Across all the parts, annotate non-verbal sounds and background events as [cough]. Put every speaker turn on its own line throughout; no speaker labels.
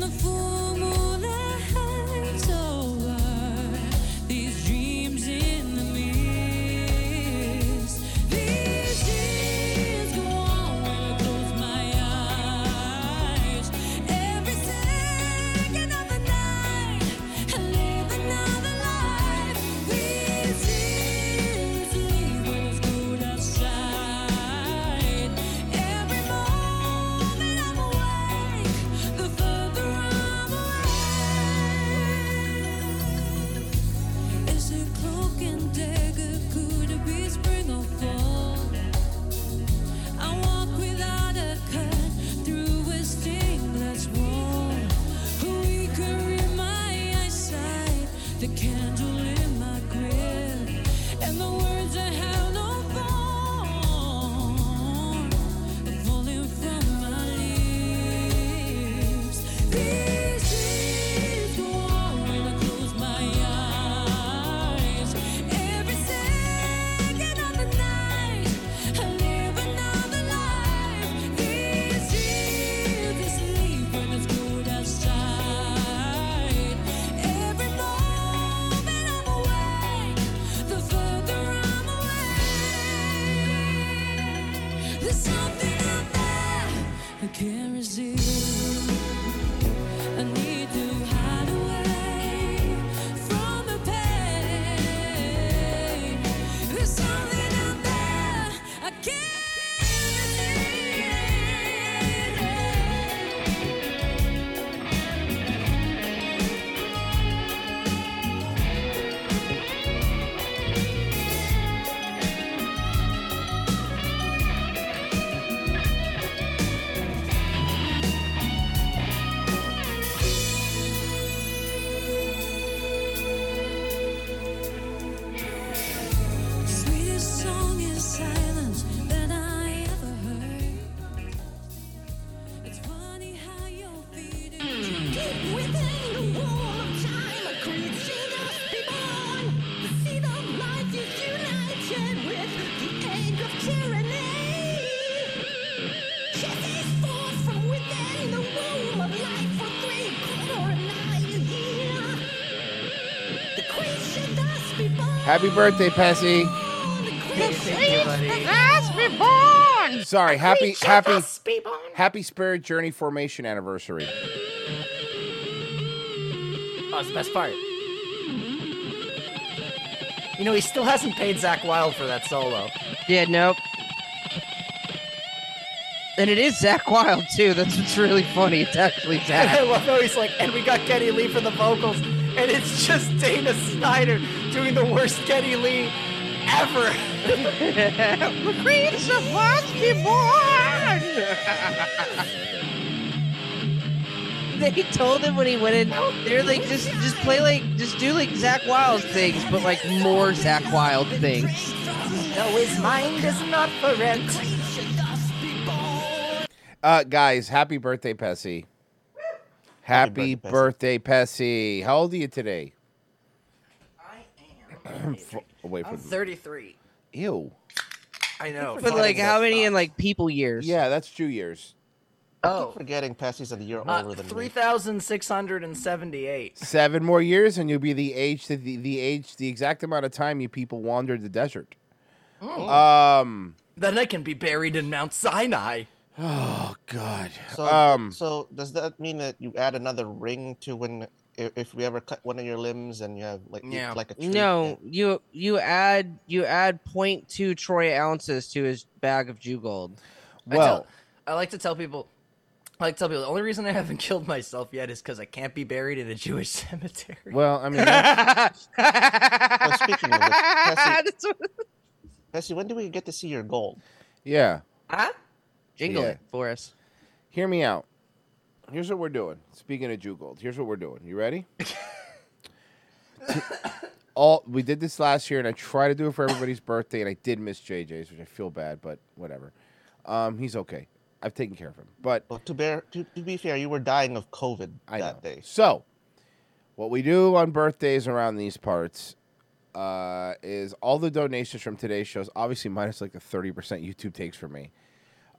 the full moon that hangs over these dreams in the mist. These dreams go on when I close my eyes. Every second of the night, I live another life. These dreams leave when it's cold outside. Every moment I'm awake, the further I'm away. Is it cloak and dagger? Could it be spring or fall? I walk without a cut through a stainless wall. We carry my eyesight, the candle in my grip, and the words that have no form are falling from my lips. These dreams go on when I close my eyes. Every second of the night, I live another life. These dreams they sleep when it's cold outside. Every moment I'm awake, the further I'm away. There's something out there I can't resist. I need to hide away from the pain. There's something out there I can't resist. Sweetest song in silence that I ever heard. It's funny how your feet
Deep within the wall of time, a creature must be born. The seed of life is united with the egg of tyranny. Kisses forth from within the womb of life for three quarter an eye a year. The creature thus be born.
Happy birthday, Pessy.
The
Thank you, buddy.
creature
That's reborn.
Sorry, happy
creature
happy
thus be born.
happy spirit journey formation anniversary.
Oh, it's the best part. You know, he still hasn't paid Zach Wild for that solo.
Yeah, nope. And it is Zach Wild too. That's what's really funny. It's actually
And [laughs] I
Zach.
love how he's like, and we got Getty Lee for the vocals, and it's just [laughs] Dana Snyder doing the worst Getty Lee ever.
Creature must be born. [laughs] they told him when he went in, "Oh, they're like, just just play like, just do like Zach Wild things, but like more Zach Wild things.
No, his mind is not for rent.
Uh guys, happy birthday, Pessy. Happy, birthday, Pessy. How old are you today? oh,
I
[clears throat]
am.
F- away from
33.
Ew.
I know.
But like, how many in like people years?
Yeah, that's two years.
Oh.
I keep forgetting Pessy's a year
Uh,
older than me.
3,678.
Seven more years and you'll be the age the, the age the exact amount of time you people wandered the desert.
Oh.
Um
Uh, Then I can be buried in Mount Sinai.
Oh god.
[sighs] So,
um
so does that mean that you add another ring to when i- if we ever cut one of your limbs and you have like you-
Yeah.
like a tree [laughs]
No, [laughs]
thing?
you you add you add 0.2 troy ounces to his bag of Jew gold.
I tell-
well
I like to tell people, I like to tell people, the only reason I
[laughs]
haven't killed myself yet is because I can't be buried in a Jewish cemetery.
well I mean that's-
[laughs]
speaking of which, Cassie-
[laughs] That's what-
Pessy, when do we get to see your gold?
yeah.
Jingle
Yeah.
it for us.
hear me out. Here's what we're doing. Speaking of Jugold, here's what we're doing. You
[laughs]
ready? All we did this last year, and I try to do it for everybody's birthday, and I did miss JJ's, which I feel bad, but whatever. Um, he's okay. I've taken care of him, but
Well, to bear to, to be fair, you were dying of COVID
I
that
know.
day.
So, what we do on birthdays around these parts uh, is all the donations from today's shows, obviously minus like the thirty percent YouTube takes for me,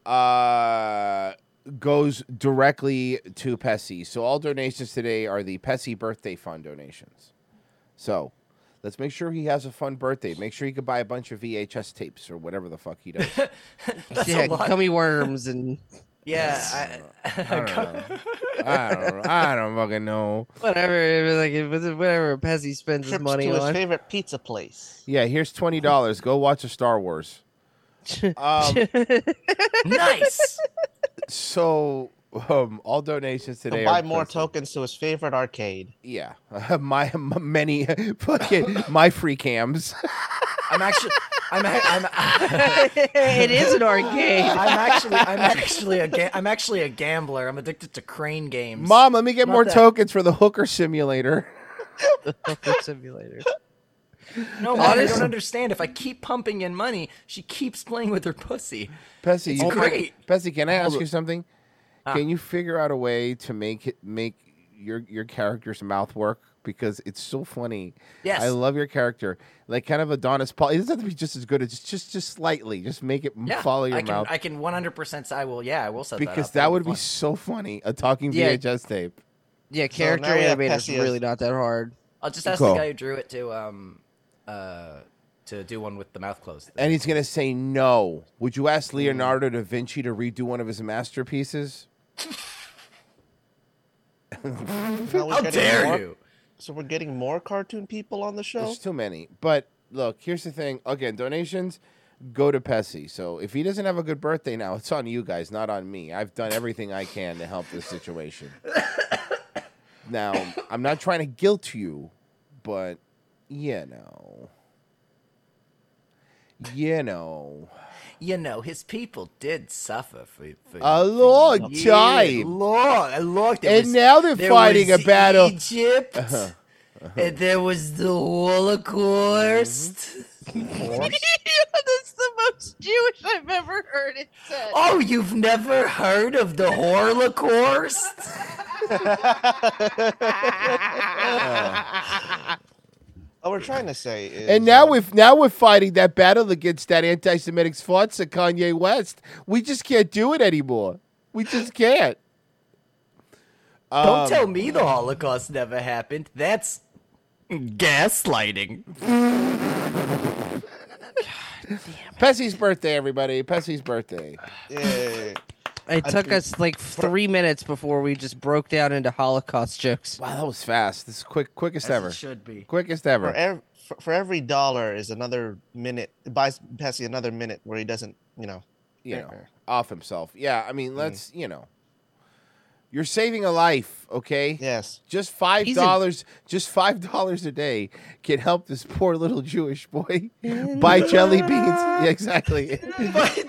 uh, goes directly to Pessy. So all donations today are the Pessy birthday fund donations. So let's make sure he has a fun birthday. Make sure he could buy a bunch of VHS tapes or whatever the fuck he
[laughs]
does.
That's
yeah,
a lot.
gummy worms and
yeah. I,
I don't know. I don't, I don't fucking know.
[laughs] whatever, like it was whatever Pezzy spends his
Trips
money
to his
on.
favorite pizza
[laughs]
place.
Yeah, here's twenty dollars. Go watch a Star Wars. Um,
nice.
so um, all donations
To
today.
buy
are
more
Pessy.
tokens to his favorite arcade.
Yeah, [laughs] my, my many [laughs] fucking
[laughs]
my free cams. [laughs]
I'm actually. I'm. a- I'm.
it is an arcade.
[laughs] I'm actually. I'm actually a. Ga- I'm actually a gambler. I'm addicted to crane games.
Mom, let me get
Not
more
that-
tokens for the hooker simulator. [laughs]
simulator.
No, mom, you
Honest-
don't understand. If I keep pumping in money, she keeps playing with her pussy.
Pessy,
It's
you-
great.
Pessy, can I
Hold
ask
up.
you something? Can you figure out a way to make it make your your character's mouth work? Because it's so funny.
Yes.
I love your character. Like kind of Adonis Paul. It doesn't have to be just as good. It's just just slightly. Just make it m
Yeah,
follow your
I can,
mouth.
I can 100%. I will. Yeah, I will set
because
that, up.
that
That'd
would be
fun.
so funny. A talking
Yeah.
VHS tape.
Yeah,
So now
character
we have
animator is
Pezzy as-
really not that hard.
I'll just ask
Cool.
the guy who drew it to um, uh, to do one with the mouth closed.
And he's gonna say no. Would you
Mm.
ask Leonardo da Vinci to redo one of
[laughs]
his masterpieces?
Now we're
How
getting
dare
more-
you?
So we're getting more cartoon people on the show. [laughs]
There's too many. But look, here's the thing. Again, donations go to Pessy. So if he doesn't have a good birthday now, it's on you guys, not on me. I've done everything I can to help this situation. now, I'm not trying to guilt you, but you know. You know.
You know, his people did suffer for, for
A
for
long
years.
time.
Long, a long. There
And
was-
now they're
there
fighting
was
a battle. Uh-huh.
Egypt. And there was the Holocaust.
Mm-hmm.
[laughs] that's the most Jewish I've ever heard it said.
[laughs] Oh, you've never heard of the Holocaust? Ah.
What we're trying to say is.
And now
uh,
we've now we're fighting that battle against that anti-Semitic sponsor, Kanye West. We just can't do it anymore. We just can't.
Don't tell me the Holocaust never happened. That's gaslighting.
Pessy's birthday, everybody. Pessy's birthday.
yeah,
It took us like three minutes before we just broke down into Holocaust jokes.
Wow, that was fast. This is quick, quickest
As
ever.
it should be.
Quickest
for,
ever.
ev- for, for every dollar is another minute. It buys Pessy another minute where he doesn't, you know.
You know, off himself. Yeah, I mean, let's you know. You're saving a life, okay?
Yes.
Just five
He's a-
dollars, just five dollars a day can help this poor little Jewish boy buy jelly beans. [laughs] Yeah, exactly.
By [laughs]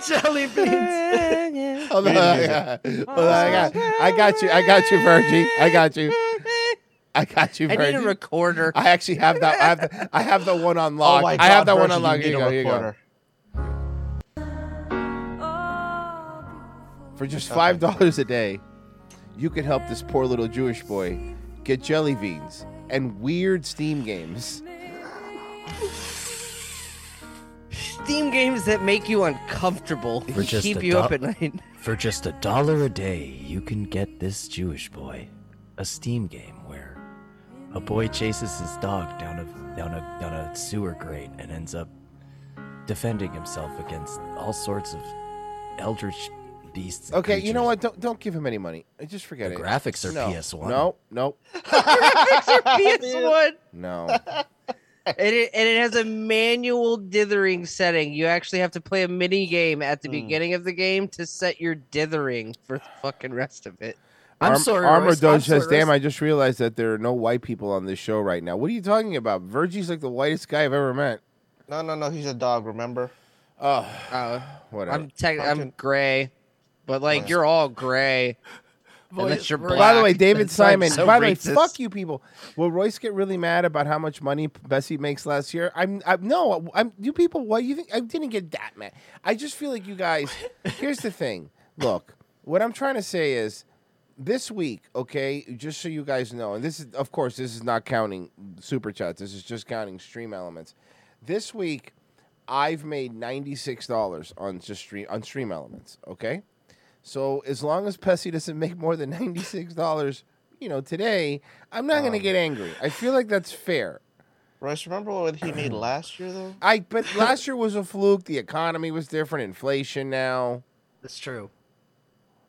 jelly beans.
[laughs] Hold on, I got, hold on, I got, I got you, I got you, Virgie, I got you, I got you,
I
Virgie. I,
need a recorder.
actually have that. I have, the, I have the one on lock.
oh my
I have
God,
that one
Virgil,
on
you
lock.
need
Here you
a
go, here you go.
recorder.
For just five dollars a day, you can help this poor little Jewish boy get jelly beans and weird Steam games.
Steam games that make you uncomfortable
We're just
keep
a
you up
dub-
at night. [laughs]
[laughs]
For just a dollar a day, you can get this Jewish boy a Steam game where a boy chases his dog down a down a down a sewer grate and ends up defending himself against all sorts of eldritch beasts. and
Okay, you know
creatures.
what? Don't don't give him any money. Just forget
The
it.
graphics are
no,
PS1.
No, no,
PS1.
[laughs]
no.
And it, and it has a manual dithering setting. You actually have to play a mini game at
Hmm.
the beginning of the game to set your dithering for the fucking rest of it.
I'm
Arm-
sorry,
Armor
Royce.
Doge
I'm
says,
sorry,
"Damn,
Royce.
I just realized that there are no white people on this show right now. What are you talking about? Virgie's like the whitest guy I've ever met.
No, no, no. He's a dog, remember?
Oh,
Uh,
whatever.
I'm tech- I'm
Fucking-
gray, but like you're all gray. Unless you're
Royce-
by the way,
black.
David
That sounds
Simon.
so
by the way,
racist.
fuck you people. Will Royce get really mad about how much money Bessie makes last year? I'm, I'm no, I'm you people. What do you think? I didn't get that mad. I just feel like you guys. here's the thing. Look, what I'm trying to say is, this week, okay, just so you guys know, and this is, of course, this is not counting super chats. This is just counting stream elements. This week, I've made ninety six dollars on just stream on stream elements. Okay. So as long as Pessy doesn't make more than ninety six dollars, you know, today, I'm not gonna get angry. I feel like that's fair.
Royce, Um, remember what he
[clears throat]
made last year though?
I but last year was a fluke. The economy was different. Inflation now.
That's true.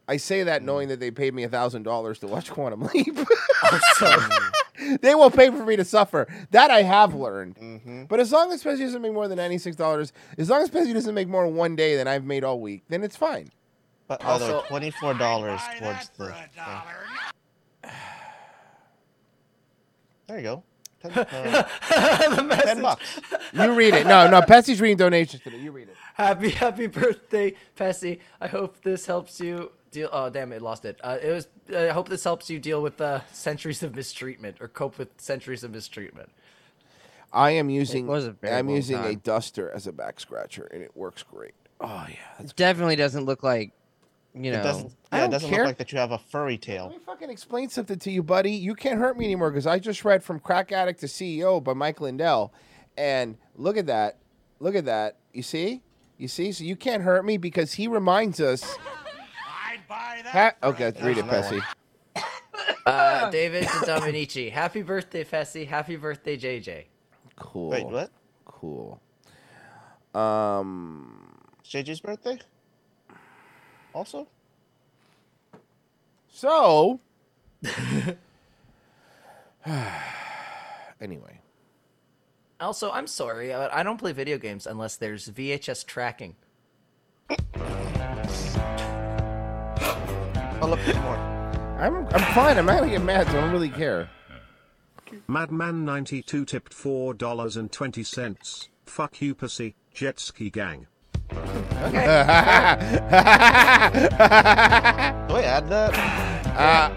I say that knowing
Mm.
that they paid me thousand dollars to watch Quantum Leap.
[laughs]
[laughs] they will pay for me to suffer. That I have learned.
Mm-hmm.
But as long as Pessy doesn't make more than ninety six dollars, as long as Pessy doesn't make more in one day than I've made all week, then it's fine.
But although
Also-
twenty four dollars towards the thing. There you go. Ten, uh,
the
ten
message.
bucks.
You read it. No, no. Pessy's reading donations today. You read it.
Happy [laughs] happy birthday, Pessy. I hope this helps you deal. Oh damn, it lost it. Uh, it was. I hope this helps you deal with uh, [laughs] centuries of mistreatment or cope with centuries of mistreatment.
I am using.
was a very
I'm
long
using a
time.
duster as a back scratcher, and it works great. Oh yeah. That's-
Definitely doesn't look like, you know.
It doesn't.
I
Yeah,
don't
it doesn't
care.
look like that you have a furry
Let
tail.
me fucking explain something to you, buddy. You can't hurt me anymore because I just read from Crack Addict to CEO by Mike Lindell, and look at that. Look at that. You see? You see? So you can't hurt me because he reminds us.
I'd buy that.
Ha- okay, read it,
That's
Pessy.
Uh, David to Dominici. Happy birthday, Fessy. Happy birthday, JJ.
Cool.
Wait, what?
Cool. Um.
It's JJ's birthday. Also, [laughs]
So, anyway,
Also, I'm sorry, but I don't play video games unless there's VHS tracking.
oh look more.
I'm I'm fine. I'm not gonna get mad. So I don't really care.
Madman92 tipped $4.20. Fuck you, pussy, jet ski gang.
[laughs] Do I add that?
Uh,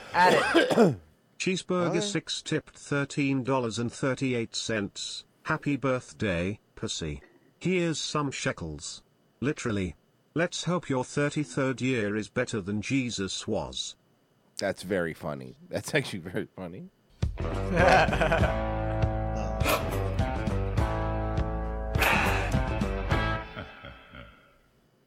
[coughs]
Add it.
Cheeseburger 6 tipped $13.38. Happy birthday, pussy. Here's some shekels. Literally. Let's hope your 33rd year is better than Jesus was.
That's very funny. That's actually very funny.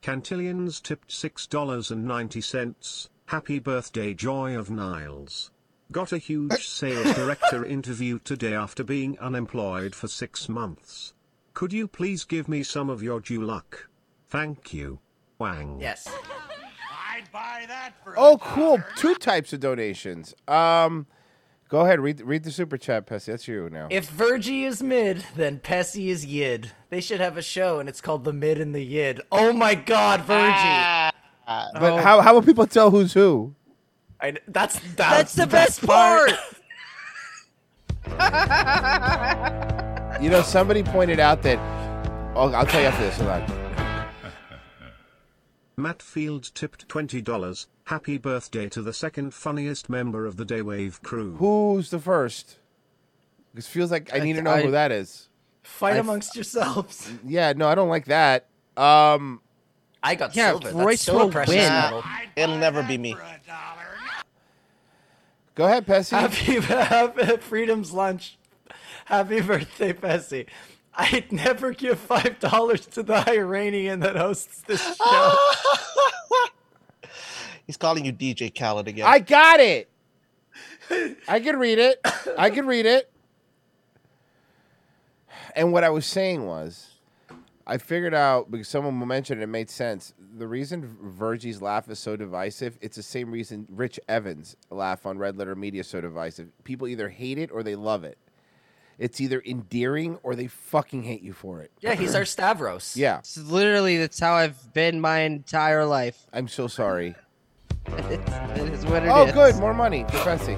Cantillions tipped $6.90. Happy birthday, Joy of Niles. Got a huge sales director interview today after being unemployed for six months. Could you please give me some of your Jew luck? Thank you. Wang.
Yes.
I'd buy that for.
Oh, cool. Two types of donations. Um, go ahead. Read read the super chat, Pessy. That's you now.
If Virgie is mid, then Pessy is yid. They should have a show, and it's called The Mid and the Yid. Oh my God, Virgie! Oh.
but how how will people tell who's who?
I, that's, that's
That's the best part.
You know, somebody pointed out that. Oh, I'll tell you after this. Hold on.
[laughs] Matt Field tipped $20. Happy birthday to the second funniest member of the Daywave crew.
Who's the first? Because feels like I need to know
I-
who that is.
Fight amongst yourselves.
Yeah, no, I don't like that. Um,
I got
Yeah,
silver.
Royce
that's so
will
precious
win.
metal.
It'll never be me.
go ahead, Pessy.
Happy, happy freedom's lunch. Happy birthday, Pessy. I'd never give five dollars to the Iranian that hosts this
[gasps]
[laughs] show.
[laughs] He's calling you DJ Khaled again.
I got it. I can read it. I can read it. And what I was saying was, I figured out because someone mentioned it, it made sense. The reason Virgie's laugh is so divisive, it's the same reason Rich Evans' laugh on Red Letter Media is so divisive. People either hate it or they love it. It's either endearing or they fucking hate you for it.
Yeah, he's our Stavros.
Yeah,
It's literally that's how I've been my entire life.
I'm so sorry.
It's, [laughs] it is what it is.
Oh, good, more money for Betsy.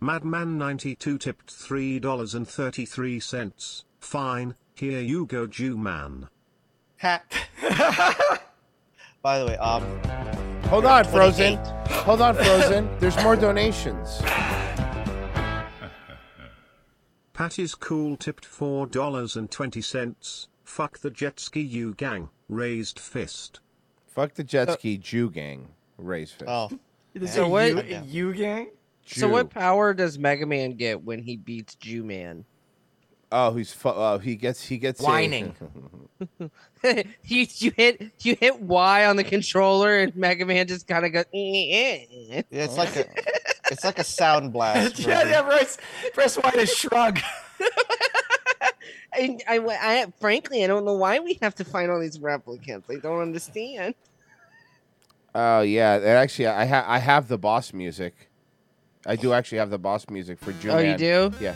Madman92 tipped $3.33. Fine, here you go, Jew man.
Ha. By the way, um,
Hold on, Frozen. Hold on, Frozen.
[laughs]
There's more donations.
Pat is cool tipped $4.20. Fuck the jet ski you gang, raised fist.
Fuck the jet ski Jew gang. Raise fist.
Uh, oh,
This
So
a
what-
you, a
[laughs]
you gang?
So what power does Mega Man get when he beats Jew Man?
Oh, he's fu- oh, he gets he gets a-
Whining.
you [laughs] you hit you hit Y on the controller and Mega Man just kind of goes. "Eh, eh,
Yeah, it's like a it's like a sound
[laughs]
[laughs]
blast.
yeah, yeah, press, press Y to shrug.
eh." [laughs] And I, I, frankly I don't know why we have to find all these replicants. I don't understand.
[laughs] Oh yeah, and actually I have I have the boss music. I do actually have the boss music for June.
Oh, you do? [laughs]
Yeah.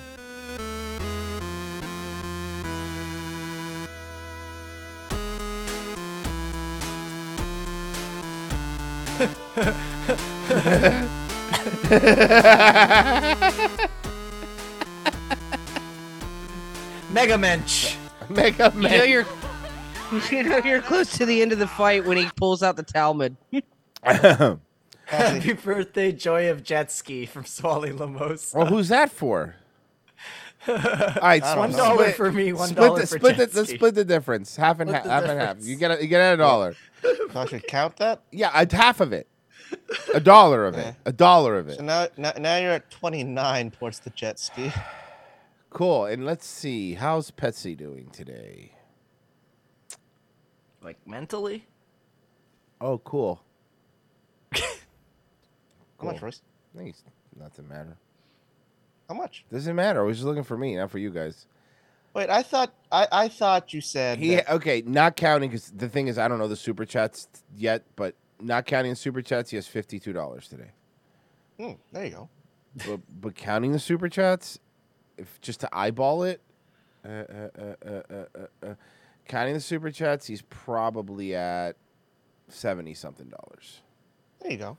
Mega Mensch.
[laughs] Mega
You know
Man.
you're you know you're [laughs] close to the end of the fight when he pulls out the Talmud.
Happy birthday, Joy of Jet Ski from Swally Lamos.
well, who's that
[laughs]
for? All right,
I don't
split-
One
know.
dollar for me, one
Split
dollar
the
for
split the,
Jet
let's
Ski.
split the difference. Half and half,
Split the
half and half.
difference.
You get a, you get a
[laughs]
dollar.
So I should count that.
Yeah, I'd half of it. A dollar of it. A dollar of it.
So now, now, now you're at 29 towards the jet ski.
[sighs] Cool. And let's see, how's Petsy doing today?
Like mentally?
Oh, cool.
[laughs] How much, Royce?
Nice. Nothing matter.
How much?
Doesn't matter. I was just looking for me, not for you guys.
Wait, I thought I, I thought you said
He
that-
okay, not counting because the thing is, I don't know the super chats yet, but not counting the super chats, he has fifty two dollars today.
Hmm, there you go.
but, but counting the super chats, if just to eyeball it, uh, uh, uh, uh, uh, uh, uh, counting the super chats, he's probably at seventy something dollars.
There you go.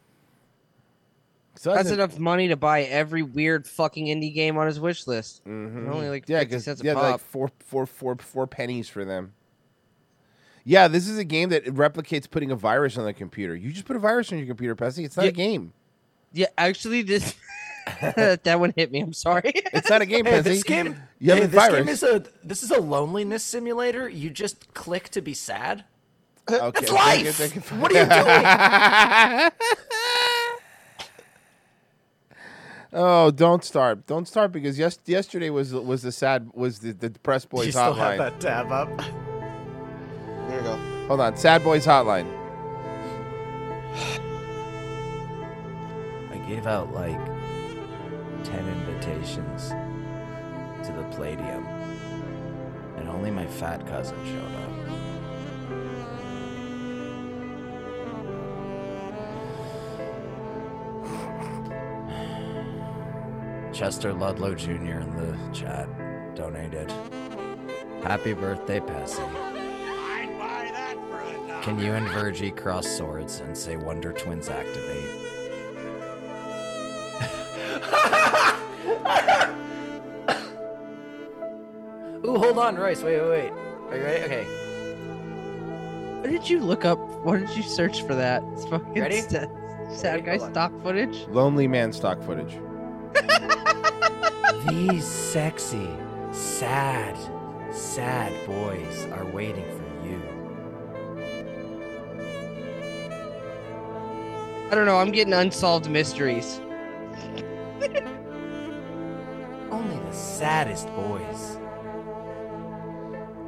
So
That's
an-
enough money to buy every weird fucking indie game on his wish list.
Mhm.
Only like
yeah,
50
'cause-
cents a
yeah, they're like
pop.
four, four, four, four pennies for them. Yeah, this is a game that replicates putting a virus on the computer. You just put a virus on your computer, Pessy. It's not
Yeah.
a game.
Yeah,
[laughs]
actually this [laughs] that one hit me. I'm sorry.
It's not a game,
Hey,
Pessy.
this game,
You have
hey,
a
this game
virus.
is a this is a loneliness simulator. You just click to be sad.
Okay,
It's
so I guess I can-
life. What are you doing?
[laughs] Oh, don't start. Don't start because yes, yesterday was was the sad was the, the depressed boys
you still have
hotline.
that tab up.
There you go.
Hold on, sad boys hotline.
I gave out like 10 invitations to the Palladium, and only my fat cousin showed up. Chester Ludlow Jr. in the chat donated. Happy birthday, Passy.
I'd buy that for a dollar.
Can you and Virgie cross swords and say Wonder Twins activate?
Ooh, hold on, Royce. Wait, wait, wait. Are you ready? Okay.
What did you look up? What did you search for that? It's fucking [laughs]
Ready?
Sad, sad
Ready?
guy
Hold on.
stock footage.
Lonely man stock
[laughs]
footage.
These sexy, sad, sad boys are waiting for you.
I don't know. I'm getting unsolved mysteries.
Only the saddest boys.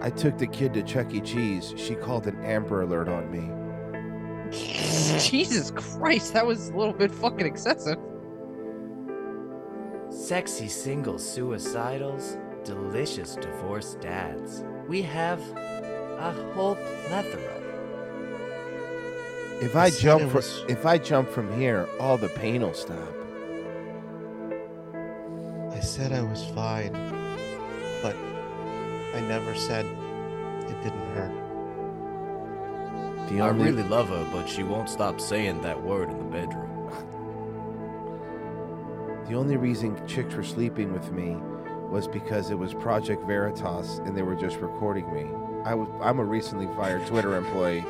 I took the kid to Chuck E. Cheese. She called an Amber Alert on me.
Jesus Christ, that was a little bit fucking excessive.
Sexy single suicidals, delicious divorced dads. We have a whole plethora.
If I
said
jump
it
from
was-
if I jump from here, all the pain will stop.
I said I was fine, but I never said it didn't hurt.
The only
love her, but she won't stop saying that word in the bedroom.
the only reason chicks were sleeping with me was because it was Project Veritas and they were just recording me. I was I'm a recently fired Twitter employee.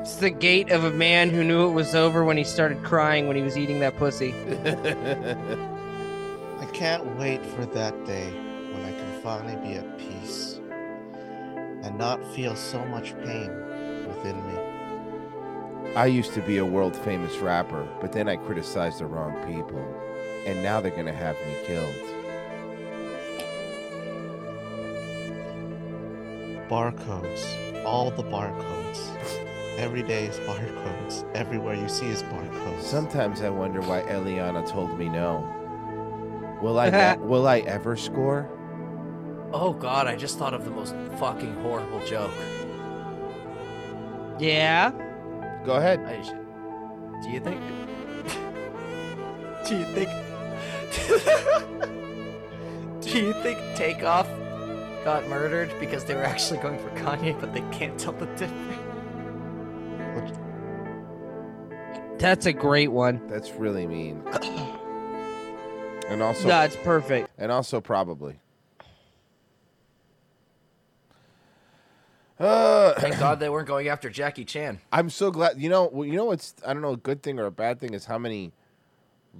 It's the gait of a man who knew it was over when he started crying when he was eating that
[laughs]
pussy.
I can't wait for that day when I can finally be at peace and not feel so much pain within me.
I used to be a world famous rapper, but then I criticized the wrong people, and now they're gonna have me killed.
Barcodes. All the barcodes. Every day is barcodes. Everywhere you see is barcodes.
Sometimes I wonder why Eliana told me no. Will
[laughs]
I not, will I ever score?
Oh god, I just thought of the most fucking horrible joke.
Yeah.
Go ahead.
I sh- do you think? [laughs] do you think? [laughs] do you think Takeoff got murdered because they were actually going for Kanye, but they can't tell the difference?
That's a great one.
That's really
[coughs]
mean. and also,
no, it's perfect.
and also probably. Uh, [clears throat]
Thank God they weren't going after Jackie Chan.
I'm so glad. You know, well, you know what's I don't know a good thing or a bad thing is how many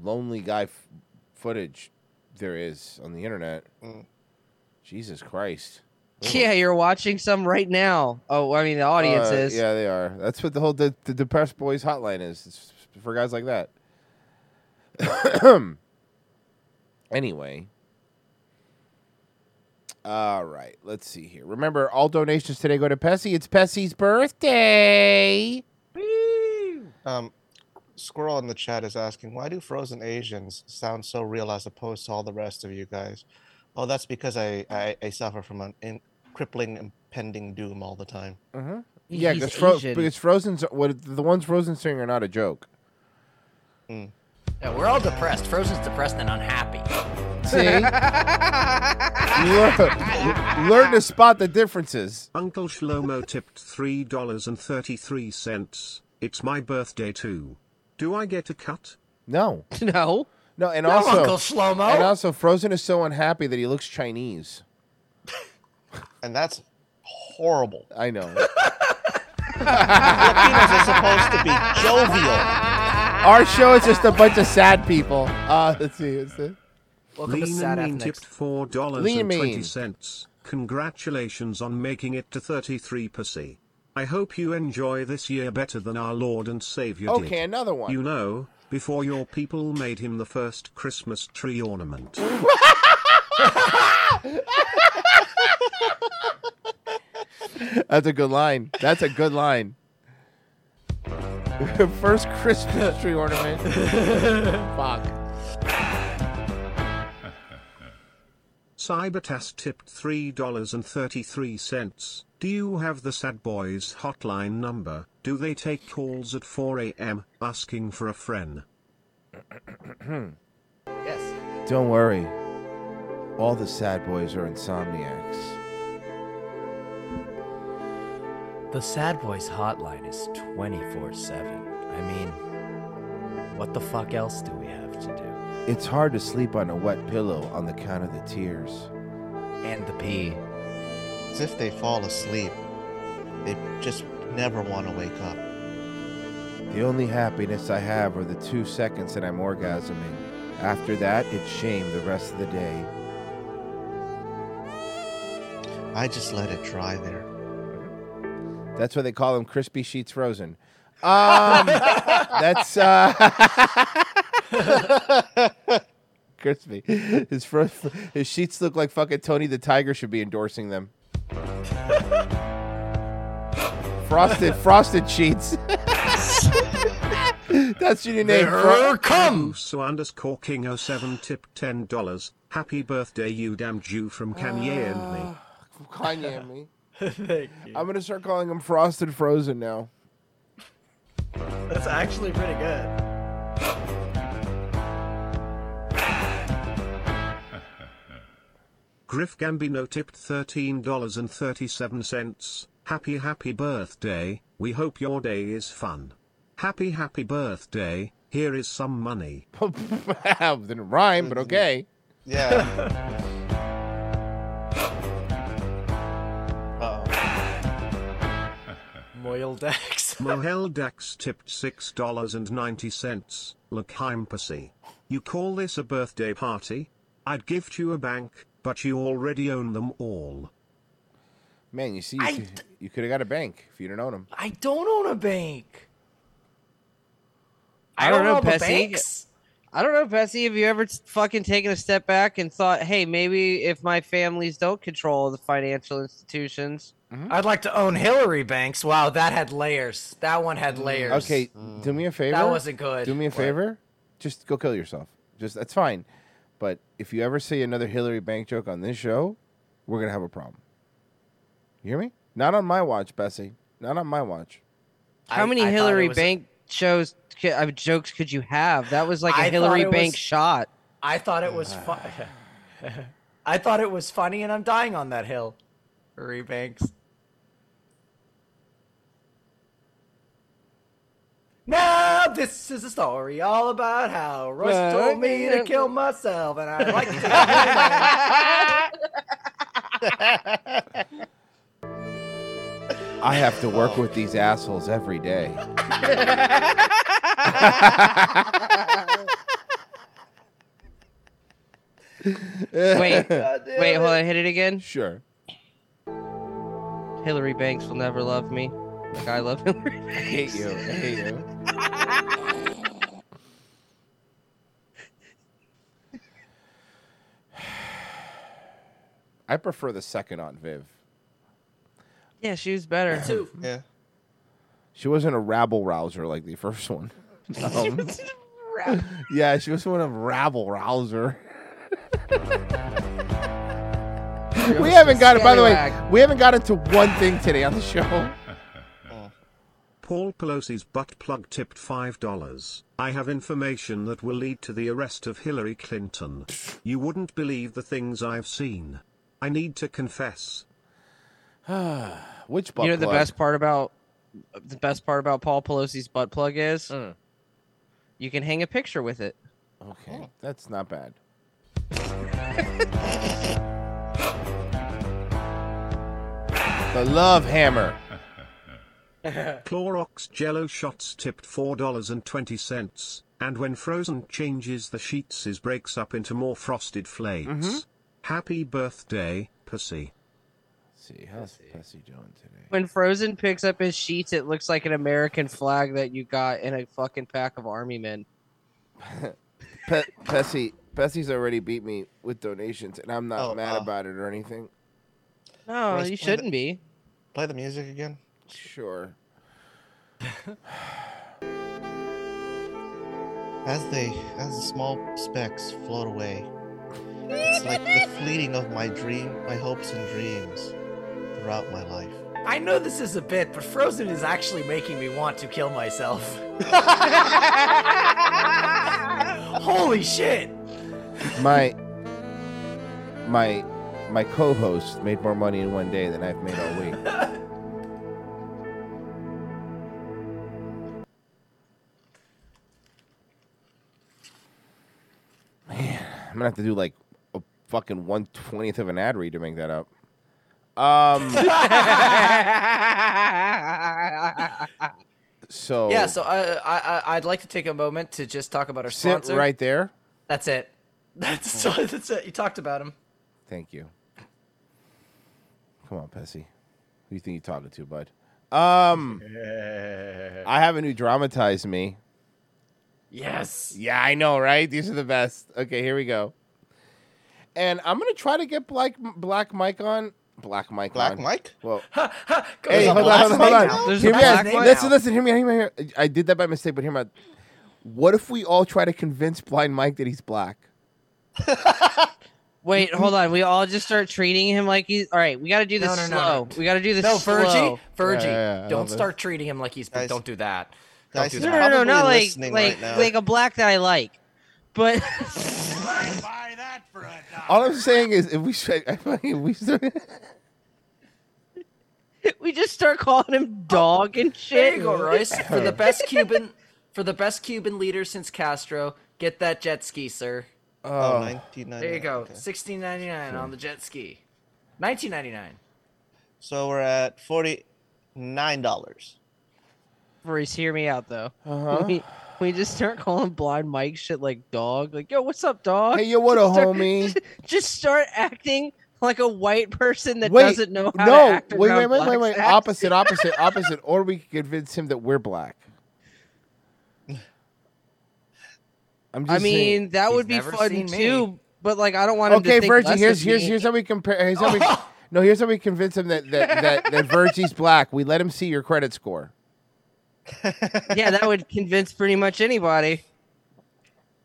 lonely guy f- footage there is on the internet. Jesus
[laughs]
Christ.
Mm. Yeah, you're watching some right now. Oh, I mean the audience
Uh,
is.
Yeah, they are. That's what the whole the, the depressed boys hotline is. It's for guys like that. [coughs] anyway. All right, let's see here. Remember, all donations today go to Pessy. It's Pessy's birthday.
Um, Squirrel in the chat is asking, why do frozen Asians sound so real as opposed to all the rest of you guys? Oh, that's because I, I, I suffer from an in, crippling impending doom all the time.
Mm-hmm. Yeah,
He's
because, Fro-
Asian.
because Frozen's what the ones Frozen sing are not a joke.
Mm.
Yeah, we're all depressed. Frozen's depressed and unhappy.
See,
[laughs]
learn, learn to spot the differences.
Uncle Shlomo tipped $3.33. It's my birthday too. Do I get a cut?
No,
[laughs]
No.
no, and
No,
also
Uncle Shlomo.
And also, Frozen is so unhappy that he looks Chinese.
[laughs] And that's horrible.
I know.
Latinos are supposed to be jovial.
Our show is just a bunch of sad people. Uh, let's see. Let's see.
Welcome to
Lean
Sad
and
F
Mean tipped
next.
Lean Mean.
$4.20. Congratulations on making it to 33 percy. I hope you enjoy this year better than our Lord and Savior did.
Okay, another one.
You know, before your people made him the first Christmas tree ornament.
That's a good line. That's a good line. [laughs] First Christmas tree ornament.
[laughs]
Fuck.
Cybertas tipped $3.33. Do you have the Sad Boys hotline number? Do they take calls at 4 a.m. asking for a friend?
[clears throat]
Yes.
Don't worry. All the sad boys are insomniacs.
The Sad Boys hotline is 24 7. I mean, what the fuck else do we have to do?
It's hard to sleep on a wet pillow on the count of the tears.
And the pee.
As if they fall asleep, they just never want to wake up.
The only happiness I have are the two seconds that I'm orgasming. After that, it's shame the rest of the day.
I just let it dry there.
That's why they call them crispy sheets frozen.
[laughs]
Um, that's uh, [laughs] crispy. His fro- his sheets look like fucking Tony the Tiger should be endorsing them. frosted frosted sheets. [laughs] that's your new name. Fro-
come.
So underscore King07 tipped $10. Happy birthday, you damn Jew from Kanye and me.
[laughs] Kanye and me.
[laughs] Thank you.
I'm gonna start calling him Frosted Frozen now.
That's actually pretty good.
Griff Gambino tipped $13.37. Happy, happy birthday. We hope your day is fun. Happy, happy birthday. Here is some money.
[laughs] Didn't rhyme, but okay.
Yeah.
[laughs]
Uh-oh.
[laughs]
Moil Dax.
Mohel Dax tipped six dollars and ninety cents. Look, I'm pussy. You call this a birthday party? I'd gift you a bank, but you already own them all.
Man, you see, you,
I
could,
d-
you could have got a bank if you didn't own him.
I don't own a bank.
I don't
Are
know,
all the
Pessy.
banks?
I don't know, Pessy. Have you ever t- fucking taken a step back and thought, hey, maybe if my families don't control the financial institutions,
Mm-hmm.
I'd like to own Hillary Banks. Wow, that had layers. That one had layers.
Okay, do me a favor.
Mm. wasn't good.
Do me a
What?
favor. Just go kill yourself. Just that's fine. But if you ever say another Hillary Bank joke on this show, we're gonna have a problem. You hear me? Not on my watch, Bessie. Not on my watch.
how
I-
many
I thought it
Hillary
was-
Bank shows c- uh, jokes could you have? That was like a
I thought
Hillary
it
Bank
was- [laughs]
shot.
I thought it was fun. [sighs] I thought it was funny, and I'm dying on that hill. Hillary Banks. Now this is a story all about how Royce told me to kill myself, and I like to.
[laughs] I have to work with these assholes every
[laughs]
day. [laughs]
Wait, wait, hold on, hit it again.
Sure.
Hillary Banks will never love me. Like I love Hillary.
I hate you. I hate you. I prefer the second Aunt Viv.
[laughs] yeah, she was better.
Yeah.
She wasn't a rabble rouser like the first one. Um, yeah, she was one of rabble rouser. we haven't got it. By the way,
Scallywag.
we haven't gotten to one thing today on the show.
Paul Pelosi's butt plug tipped $5. I have information that will lead to the arrest of Hillary Clinton. You wouldn't believe the things I've seen. I need to confess.
Which butt
you know the
plug?
best part about the best part about Paul Pelosi's butt plug is
Mm.
you can hang a picture with it.
Okay, that's not bad. the love hammer.
[laughs] Clorox Jello shots tipped $4.20, and when frozen changes the sheets is breaks up into more frosted flakes.
Mm-hmm.
Happy birthday, pussy.
see, how's Pessy doing today?
When Frozen picks up his sheets, it looks like an American flag that you got in a fucking pack of army men.
Pe- Pessy, Pessy's already beat me with donations, and I'm not
Oh,
mad
wow.
about it or anything.
No,
Where's-
you
where's
shouldn't be.
Play the music again.
Sure.
As they, as the small specks float away, it's like
[laughs]
the fleeting of my dream, my hopes and dreams throughout my life.
[laughs] I know this is a bit, but Frozen is actually making me want to kill myself.
[laughs]
Holy shit!
My, my, my co-host made more money in one day than I've made all week. Man, I'm gonna have to do like a fucking one twentieth of an ad read to make that up.
[laughs]
Um. so
Yeah, so I, I, I- I'd like to take a moment to just talk about our
sit
sponsor.
right there. Oh.
That's it. [laughs] That's, that's it. You talked about him.
Thank you. Come on, Pessy. Who you think you talking to, bud? Um, I haven't who dramatized me.
Yes.
Yeah, I know, right? These are the best. Okay, here we go. And I'm gonna try to get Black Black Mike on. Black Mike
Black
on.
Mike?
Well,
Go
hey,
to
hold on,
Black
hold on, hold on.
Snake now.
There's
Hear
a
me
Black
out.
Snake
Listen,
now.
listen. Hear me out. Hear me out. I did that by mistake, but hear me out. What if we all try to convince Blind Mike that he's black?
Wait, hold on. We all just start treating him like he's all right. We got to do this
No, no, no,
slow.
no.
We got to do this
No,
slow.
Virgie, Virgie,
Yeah, yeah, yeah, I love
don't
it.
start treating him like he's.
Guys-
don't do that. Don't
Guys,
do
he's
No,
that.
no, no,
probably
not like
listening
like
right now.
like a black that I like, but [laughs]
I'd buy that for a dollar.
All I'm saying is, if we, try- [laughs] I fucking- if we start-
[laughs] we just start calling him dog and shit.
[laughs] There you go, Royce. For the best
[laughs]
Cuban, for the best Cuban leader since Castro, get that jet ski, sir.
Oh,
Oh.
1999.
There you go.
okay.
Sixteen ninety nine on the jet ski. Nineteen ninety nine.
So we're at forty-nine dollars.
Maurice, hear me out though.
Uh-huh.
We, we just start calling blind Mike shit like dog. Like, yo, what's up, dog?
Hey, yo, what a
Just start-
homie.
[laughs] Just start acting like a white person that
Wait,
doesn't know how
no,
to act
wait, wait,
around
wait, wait,
blacks
wait.
acts. [laughs]
Opposite, opposite, opposite. Or we could convince him that we're black. I'm
I
just saying.
mean, that would be
never
fun
seen me.
too. But like, I don't want him to
Okay,
think
Virgie.
less
Here's
of
here's
me.
here's how we compare. Here's
[laughs]
how we, no, here's how we convince him that that that, that Virgie's black. We let him see your credit score.
[laughs] yeah, that would convince pretty much anybody.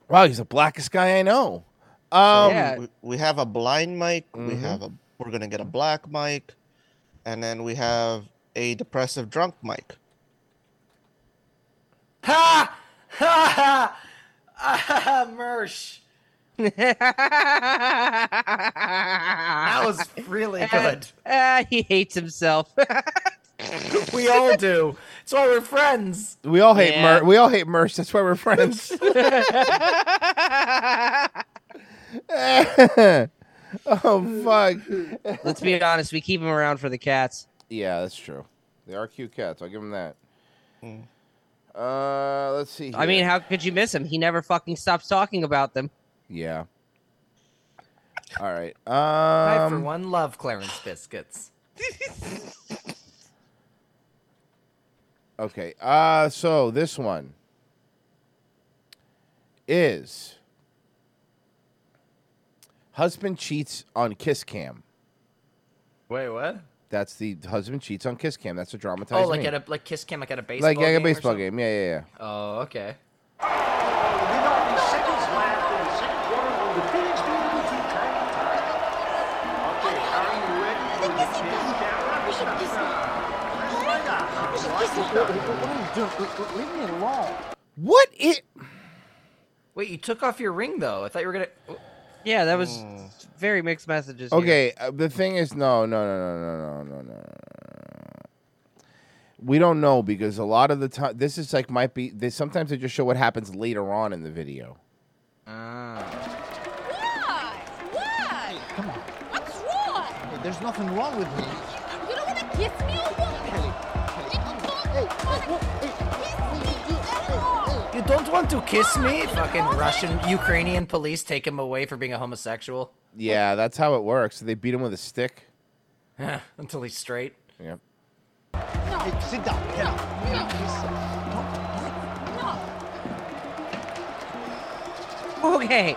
Wow, he's the blackest guy I know. Um,
Yeah.
we, we have a blind mic. We
Mhm.
have a. We're gonna get a black mic, and then we have a depressive drunk mic.
Ha! Ha! Ha! Ah, [laughs] Mersh. That
that
was really good.
Eh, he hates himself.
[laughs] We all do. That's why we're [laughs] friends.
We all hate
Yeah.
Mer- we all hate Mersh. That's why we're
[laughs]
friends. [laughs] oh fuck.
Let's be honest, we keep him around for the cats.
Yeah, that's true. They are cute cats. I'll give them that.
Mm.
Uh, let's see.
I mean,
here.
how could you miss him? He never fucking stops talking about them.
yeah. All right.
Time for
Um,
one love, Clarence Biscuits.
okay. Uh, so this one is husband cheats on kiss cam.
Wait, what?
That's the husband cheats on kiss cam. That's a dramatized.
Oh, like
meme.
at a like kiss cam, like at a baseball
like yeah,
game
like
or
a baseball
something?
game. Yeah, yeah, yeah.
Oh, okay.
Oh
What it?
Wait, you took off your ring though. I thought you were gonna.
Yeah, that was
Hmm.
very mixed messages. here.
Okay, uh, the thing is, no, no, no, no, no, no, no, no. We don't know because a lot of the time, this is like might be. They sometimes they just show what happens later on in the video.
Ah.
Why? Why? Come on. What's wrong?
There's nothing wrong with
You
me.
don't want to kiss me or what? You don't want to kiss me at all.
You don't want to kiss me? Fucking Russian, Ukrainian police take him away for being a homosexual [laughs]
Yeah, that's how it works. They beat him with a stick.
until he's straight.
Yep.
Hey, sit down. Get up.
No, no.
Okay.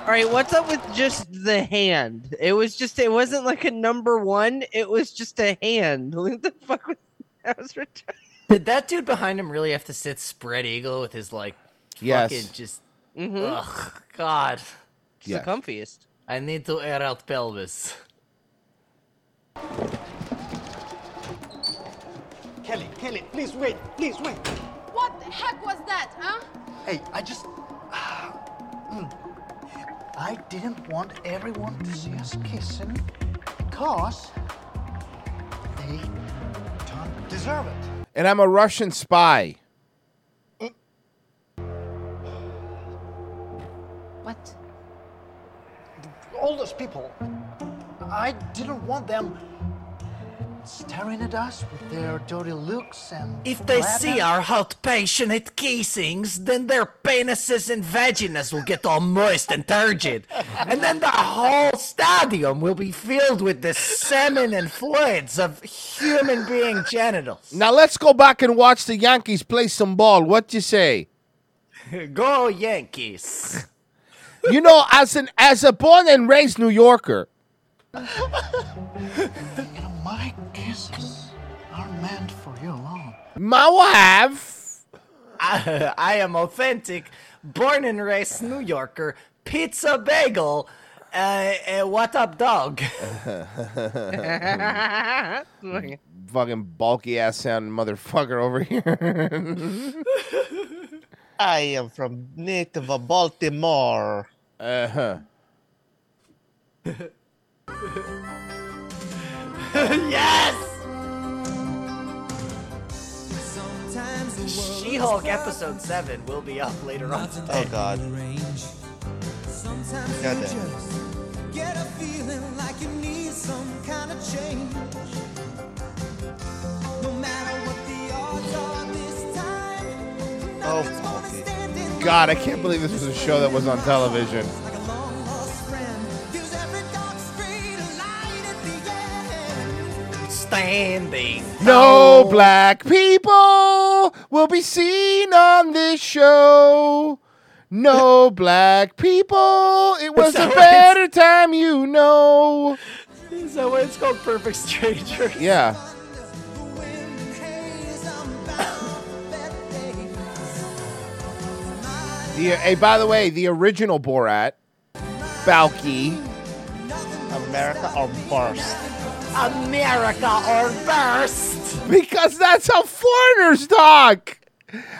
All right, what's up with just the hand? It was just it wasn't like a number 1, it was just a hand. [laughs] What the fuck was that was retarded.
Did that dude behind him really have to sit spread eagle with his like
Yes.
fucking just
Mhm.
ugh god.
It's
Yes.
the comfiest.
I need to air out pelvis.
Kelly, Kelly, please wait. Please wait.
What the heck was that,
[laughs]
huh?
Hey, I just. [sighs] Mm. I didn't want everyone to see us kissing because they don't deserve it.
And I'm a Russian spy.
What?
All those people, I didn't want them staring at us with their dirty looks and.
If they
bladder.
see our hot passionate kissings, then their penises and vaginas will get all moist and turgid. And then the whole stadium will be filled with the semen and fluids of human being genitals.
Now let's go back and watch the Yankees play some ball. What you say?
[laughs]
Go Yankees. [laughs]
you know, as an as a born and raised New Yorker, [laughs]
You know, my kisses are meant for you
[laughs]
alone.
my wife.
I, I am authentic, born and raised New Yorker, pizza bagel, uh, uh, what up
[laughs]
dog?
Okay.
Fucking bulky ass sounding motherfucker over here.
[laughs]
I am from native of Baltimore.
uh huh.
yes! She-Hulk episode 7 will be up later on
Oh
today.
God. God damn.
Get a feeling like you need some kind of change. No matter what the odds are this time,
Oh,
nothing's gonna
fuck it.
stand in my
God, I can't
way.
believe this was a show that was on television.
Like a long lost friend, gives every dark street a light at the end.
Standing.
No black people will be seen on this show. No black people. It was a
that what
better time, you know.
Is that why it's called Perfect Stranger?
Yeah. The, hey, by the way, the original Borat, Balky.
America or burst.
America or burst.
Because that's how foreigners talk.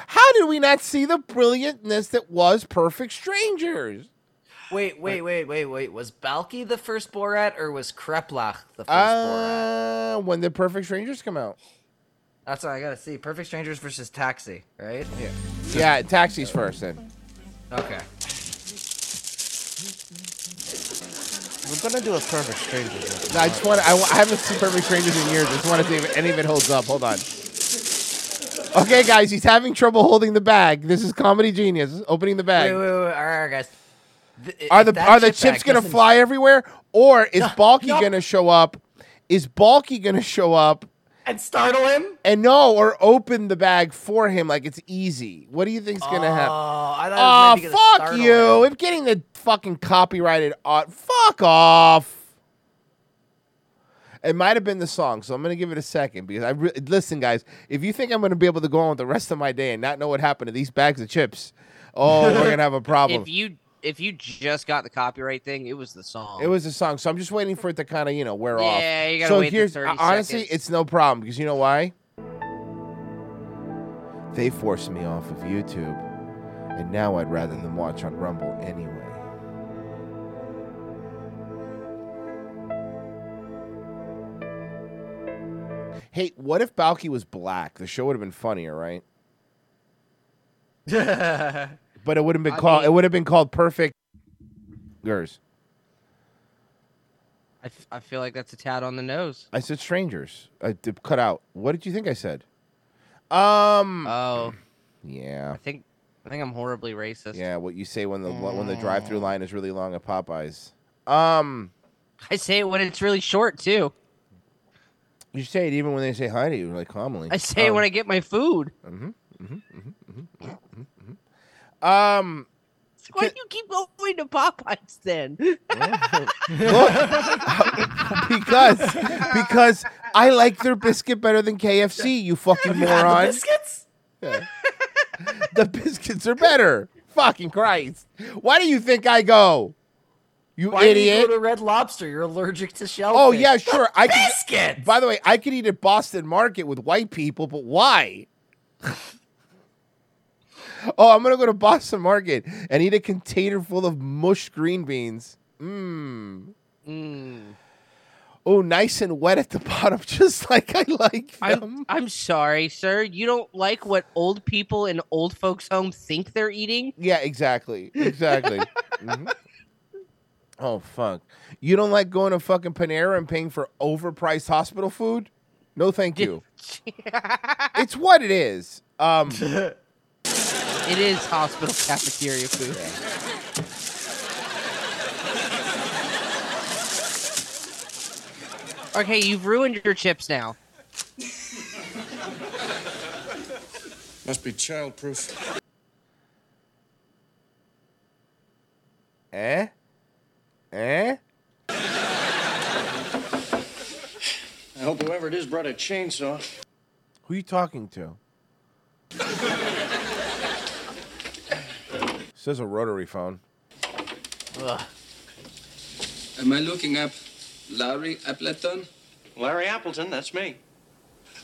How did we not see the brilliantness that was Perfect Strangers?
Wait, wait, wait, wait, wait. Was Balky the first Borat or was Kreplach the first Borat?
Uh, when did Perfect Strangers come out?
That's what I gotta see. Perfect Strangers versus Taxi, right?
Yeah. Yeah, Taxis first then.
Okay.
We're gonna do a perfect stranger.
I just want I, wa- I haven't seen Perfect Strangers in years. I just want to see if any of it holds up. Hold on. Okay, guys, he's having trouble holding the bag. This is comedy genius. Opening the
Wait,
bag.
wait, wait, all right, all right, guys. Th-
Are
if
the
that
are the
chip bag
chips gonna
doesn't-
fly everywhere, or is Balky
no.
gonna show up? Is Balky gonna show up
and startle him?
And no, or open the bag for him like it's easy. What do you think's gonna happen? Oh,
I thought it was maybe gonna
fuck
startle
you!
him.
I'm getting the fucking copyrighted. Art. Fuck off. It might have been the song, so I'm gonna give it a second because I re- listen, guys. If you think I'm gonna be able to go on with the rest of my day and not know what happened to these bags of chips, [laughs] oh, we're gonna have
[laughs]
a problem.
If you if you just got the copyright thing, it was the song.
It was a song, so I'm just waiting for it to kind of you know wear off.
Yeah, you gotta
so
wait the
here's
30
honestly,
seconds.
it's no problem because you know why? They forced me off of YouTube, and now I'd rather than watch on Rumble anyway. Hey, what if Balky was black? The show would have been funnier, right? [laughs] But it would have been
I
called. it
mean-
would have been called Perfect. Gers.
I, f- I feel like that's a tad on the nose.
I said strangers. I did cut out. What did you think I said? Um.
Oh.
Yeah.
I think I think I'm horribly racist.
Yeah, Uh, what you say when the when the
Mm.
drive-through line is really long at Popeyes. Um,
I say it when it's really short too.
You say it even when they say hi to you, like calmly.
[laughs]
Oh.
I say it when I get my food.
Mm-hmm, Um,
Why do you keep going to Popeyes
[laughs]
then? [laughs]
mm-hmm. because because I like their biscuit better than KFC. You
[laughs]
[laughs]
fucking
You had the
moron.
biscuits?
The biscuits are better. Fucking Christ! Why do you think I go? You
Why do
idiot.
you go to Red Lobster? You're allergic to shellfish.
Oh yeah, sure. I could-
biscuits!
by the way, I could eat at Boston Market with white people, but why? [laughs] oh, I'm gonna go to Boston Market and eat a container full of mushed green beans. Mmm. Oh, nice and wet at the [laughs] bottom, just like I like.
I'm, I'm sorry, sir. You don't like what old people in old folks' home think they're eating?
Yeah, exactly. Exactly. Mhm. Oh fuck! You don't like going to fucking Panera and paying for overpriced hospital food? No, thank
[laughs]
you. it's what it is. Um,
It is hospital cafeteria food. Okay, you've ruined your chips now.
Must be childproof.
Eh? Eh?
I hope whoever it is brought a chainsaw.
Who you talking to? Says a rotary phone.
Am I looking up Larry Appleton? Larry Appleton, that's me.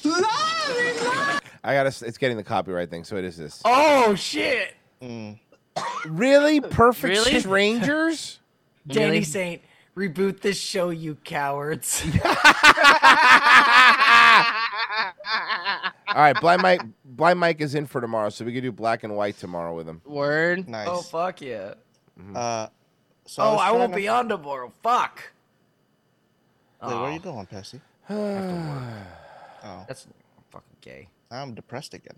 I gotta. s- It's getting the copyright thing, so it is this.
Oh shit!
Really? Perfect
Really?
strangers?
Danny
Really?
Saint, reboot this show, you
[laughs]
cowards.
Oh. [laughs]
All right, blind Mike. Blind Mike is in for tomorrow, so we could do black and white tomorrow with him. Hmm.
Word.
Nice.
Oh fuck yeah.
Uh, so
oh,
was
I,
trying
won't
to-
be on tomorrow. Fuck.
Wait, where are
Aw.
you going,
[sighs]
Pessy? Oh,
that's fucking gay.
I'm depressed
[laughs]
again.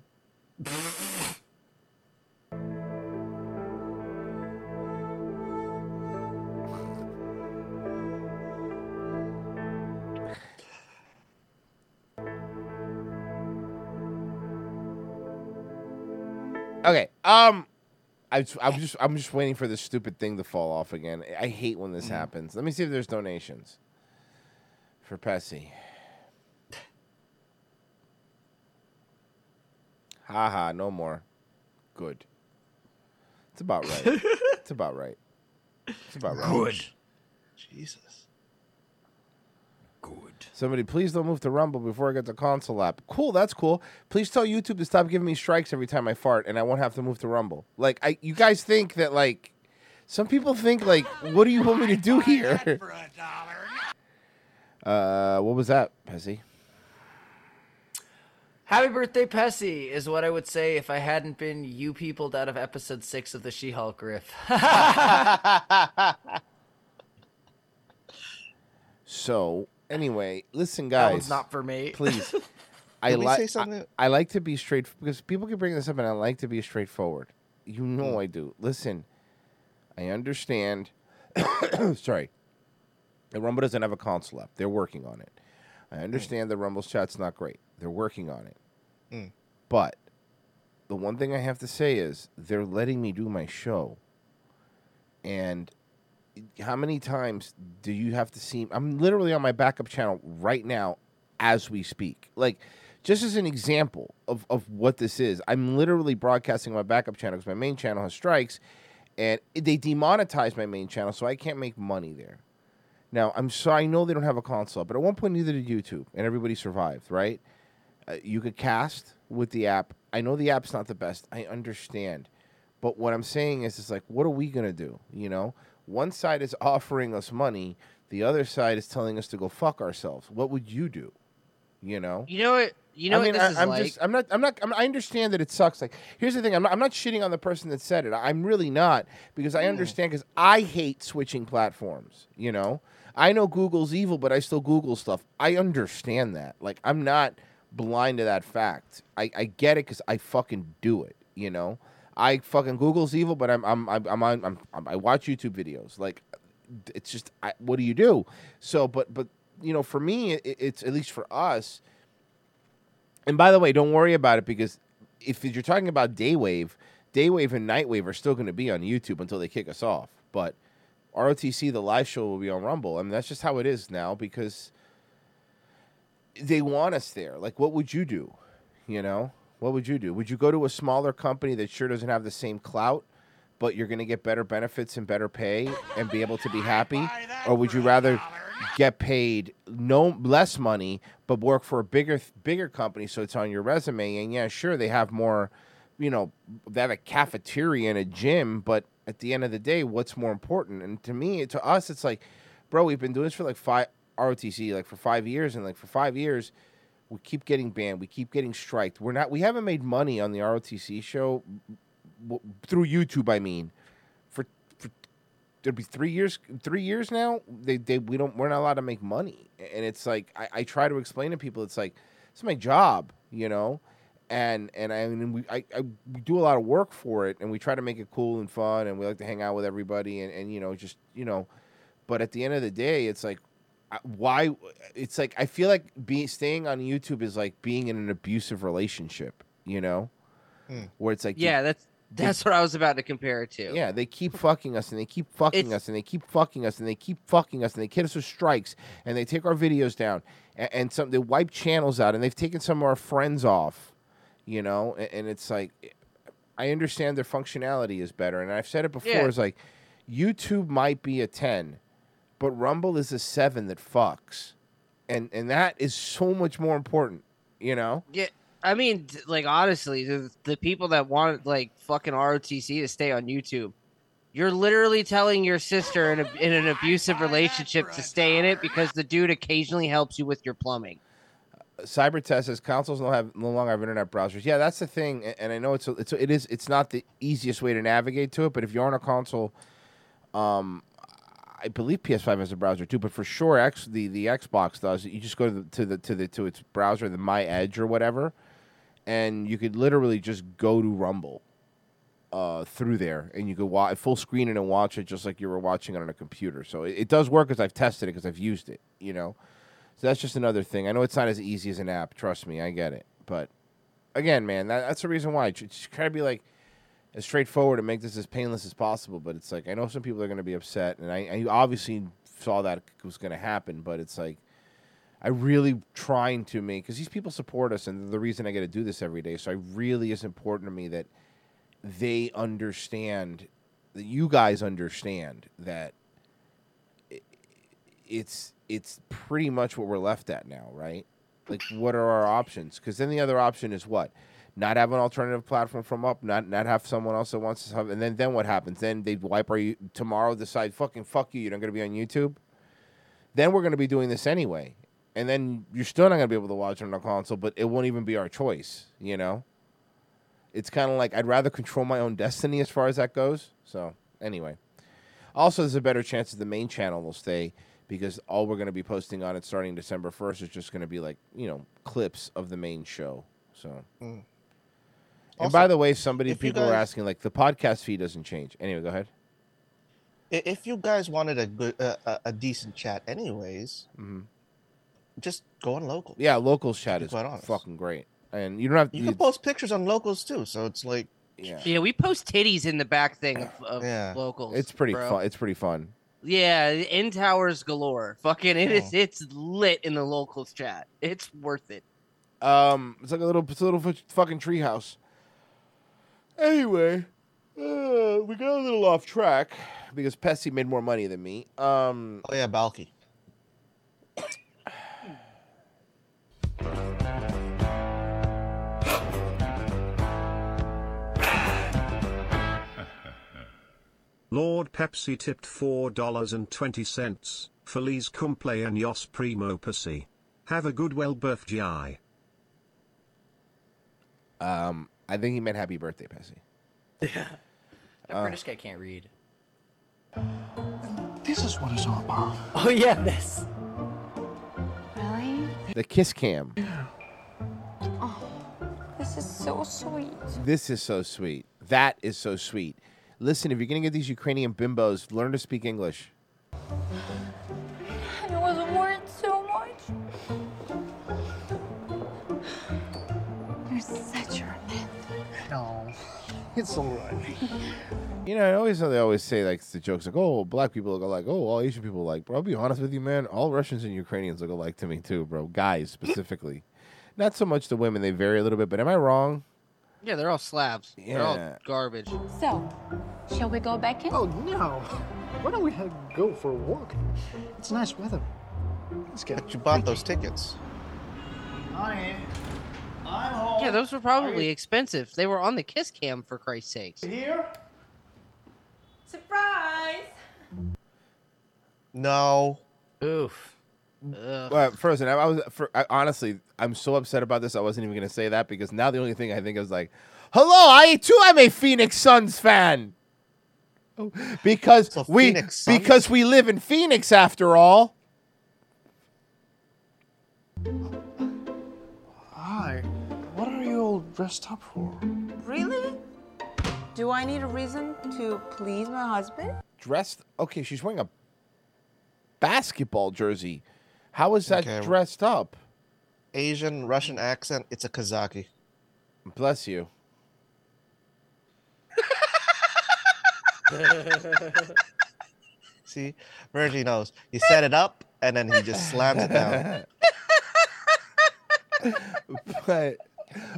[laughs]
Okay. Um, I, I'm just I'm just waiting for this stupid thing to fall off again. I hate when this happens. Let me see if there's donations for Pessy. Haha, no more. Good. It's about right. it's about right. It's about right.
Good. Jesus.
Somebody, please don't move to Rumble before I get the console app. Cool, that's cool. Please tell YouTube to stop giving me strikes every time I fart, and I won't have to move to Rumble. Like, I, you guys think that like, some people think like, what do you want me to do here? Uh, what was that, Pezzy?
Happy birthday, Pessy, is what I would say if I hadn't been you peopled out of episode six of the She Hulk
[laughs]
riff. [laughs]
So anyway, listen, guys.
That one's not for me. [laughs]
Please,
Did
I
we say
like. I,
something?
I like to be straight because people can bring this up, and I like to be straightforward. You
Hmm.
know I do. Listen, I understand. [coughs] Sorry, the Rumble doesn't have a console app. They're working on it.
Hmm.
I understand the Rumble's chat's not great. They're working on it.
Mm.
But the one thing I have to say is they're letting me do my show. And how many times do you have to see? I'm literally on my backup channel right now as we speak. Like, just as an example of, of what this is, I'm literally broadcasting my backup channel because my main channel has strikes and they demonetized my main channel, so I can't make money there. Now, I'm sorry, I know they don't have a console, but at one point, neither did YouTube, and everybody survived, right? Uh, you could cast with the app. I know the app's not the best. I understand. But what I'm saying is, it's like, what are we going to do? You know, one side is offering us money, the other side is telling us to go fuck ourselves. What would you do? You know?
You know what? You know
I mean,
what this
I,
is
I'm
like.
just, I'm not, I'm not, I'm, I understand that it sucks. Like, here's the thing: I'm not, I'm not shitting on the person that said it. I'm really not because I understand because I hate switching platforms. You know, I know Google's evil, but I still Google stuff. I understand that. Like, I'm not blind to that fact. I, I get it because I fucking do it. You know, I fucking Google's evil, but I'm, I'm, I'm, I'm, on, I'm, I'm I watch YouTube videos. Like, it's just, I, what do you do? So, but, but you know, for me, it, it's at least for us. And by the way, don't worry about it because if you're talking about Daywave, Daywave and Nightwave are still going to be on YouTube until they kick us off. But ROTC, the live show, will be on Rumble. I mean, that's just how it is now because they want us there. Like, what would you do? You know, what would you do? Would you go to a smaller company that sure doesn't have the same clout, but you're going to get better benefits and better pay and be able to be happy? Or would you rather get paid no less money, but work for a bigger bigger company so it's on your resume? And yeah, sure, they have more, you know, they have a cafeteria and a gym, but at the end of the day, what's more important? And to me, to us, it's like, bro, we've been doing this for like five ROTC, like for five years, and like for five years, we keep getting banned, we keep getting striked. We're not, we haven't made money on the ROTC show w- through YouTube. I mean, for for there'd be three years, three years now. They they we don't we're not allowed to make money, and it's like I, I try to explain to people, it's like it's my job, you know. And and I mean we I, I we do a lot of work for it, and we try to make it cool and fun, and we like to hang out with everybody, and, and you know just you know, but at the end of the day, it's like I- why it's like I feel like being staying on YouTube is like being in an abusive relationship, you know, where it's like you-
Hmm. yeah, that's
they-
that's what I was about to compare it to.
yeah, they keep fucking us and they keep fucking us and they keep fucking us and they keep fucking us and they hit us with strikes and they take our videos down and, and some they wipe channels out and they've taken some of our friends off, you know, a- and, it's like I understand their functionality is better and I've said it before
Yeah.
it's like YouTube might be a 10, but Rumble is a 7 that fucks. And and that is so much more important, you know?
Yeah, I mean, t- like honestly, the, the people that want like fucking ROTC to stay on YouTube, you're literally telling your sister in, a, in an abusive relationship to stay in it because the dude occasionally helps you with your plumbing.
Cybertest says consoles don't have no longer have internet browsers. Yeah, that's the thing, a- and I know it's a, it's a- it is it's not the easiest way to navigate to it. But if you're on a console, um, I believe PS5 has a browser too. But for sure, X the, the Xbox does. You just go to the to the to the to its browser, the My Edge or whatever, and you could literally just go to Rumble, uh, through there, and you could watch full screen it and watch it just like you were watching it on a computer. So it, it does work because I've tested it because I've used it. You know. So that's just another thing. I know it's not as easy as an app. Trust me, I get it. But again, man, that, that's the reason why. Just try to be like, as straightforward and make this as painless as possible. But it's like I know some people are going to be upset, and I, I obviously saw that was going to happen. But it's like I really trying to make because these people support us, and they're the reason I get to do this every day. So I really is important to me that they understand that you guys understand that i- it's it's pretty much what we're left at now, right? Like, what are our options? Because then the other option is what? Not have an alternative platform from up, not not have someone else that wants to have, and then then what happens? Then they wipe our you- tomorrow. Decide fucking fuck you. You're not going to be on YouTube. Then we're going to be doing this anyway, and then you're still not going to be able to watch it on a console. But it won't even be our choice, you know. It's kind of like I'd rather control my own destiny as far as that goes. So anyway, also, there's a better chance that the main channel will stay because all we're going to be posting on it starting December 1st is just going to be like, you know, clips of the main show. So,
Mm.
and by
Also,
the way, somebody,
if you
people were
guys-
asking, like, the podcast feed doesn't change. Anyway, go ahead.
I- If you guys wanted a good, uh, a- a decent chat, anyways, just go on local.
Mm-hmm. Yeah, locals chat
be
is
quite honest.
fucking great. And you don't have to,
You can post pictures on locals too, so it's like,
yeah,
Yeah, we post titties in the back thing of, of
Yeah.
locals.
it's pretty
bro.
fun. It's pretty fun.
Yeah, in towers galore. Fucking it is.
Yeah.
It's lit in the locals chat. It's worth it.
Um, it's like a little, it's a little fu- fucking treehouse. Anyway, uh, we got a little off track because Pesty made more money than me. Um,
oh yeah, Balky.
Lord Pepsi tipped $4.20. Feliz cumpleaños primo Pepsi. Have a good well birthday. [laughs]
Um, I think he meant happy birthday, Pessy.
Yeah. That
Uh,
British guy can't read.
This is what it's all about.
Oh yeah, this.
Really?
The kiss cam.
Oh, this is so sweet.
This is so sweet. That is so sweet. Listen, if you're gonna get these Ukrainian bimbos, learn to speak English.
I was worried so much. You're such a romantic.
No, it's all right.
You know, I always know they always say like the jokes like, "Oh, black people look alike. Oh, all Asian people look alike." Bro, I'll be honest with you, man. All Russians and Ukrainians look alike to me too, bro. Guys specifically, not so much the women. They vary a little bit, but am I wrong?
Yeah, they're all slabs. They're all
Yeah.
garbage.
So, shall we go back in?
Oh, no. Why don't we have, go for a walk? It's nice weather. Let's get
But you bought those tickets.
Honey, I'm
Yeah, those were probably expensive. They were on the kiss cam for Christ's sakes.
Here?
Surprise!
No.
Oof.
Well, frozen. I, I was for, I, honestly, I'm so upset about this. I wasn't even gonna say that because now the only thing I think is like, "Hello, I too am a Phoenix Suns fan." Because we
Phoenix Suns?
because we live in Phoenix after all.
Hi. What are you all dressed up for?
Really? Do I need a reason to please my
[laughs]
husband?
Dressed okay, she's wearing a basketball jersey. How is that
Okay.
dressed up?
Asian Russian accent. It's a Kazaki.
Bless you.
See, Virgie knows. He set it up and then he just slams it
[laughs]
down.
But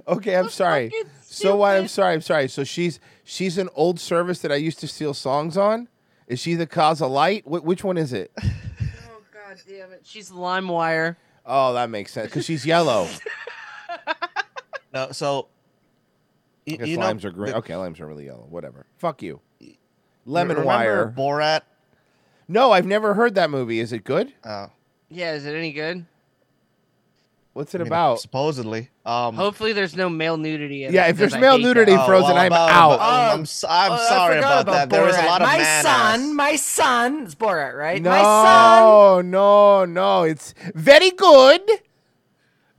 okay, I'm sorry. So what? I'm sorry. I'm sorry. So she's she's an old service that I used to steal songs on. Is she the cause of light? Wh- which one is it? Uh,
God damn it. She's LimeWire.
Oh, that makes sense because she's yellow.
No, so y-
Because
you know
limes are green.
the-
Okay, limes are really yellow. Whatever. Fuck you.
re-
Lemon
remember
wire.
Borat.
No, I've never heard that movie. Is it good?
Oh,
Yeah, is it any good?
What's it
I mean,
about?
Supposedly. Um,
Hopefully there's no male nudity in it.
Yeah, if
because
there's
I
male
hate that.
nudity, Frozen, I'm out.
I'm, s-
Oh,
I'm sorry about, that. There was a lot of
my
man
son, my son, it's Borat, right?
no,
My son,
no, no. It's very good.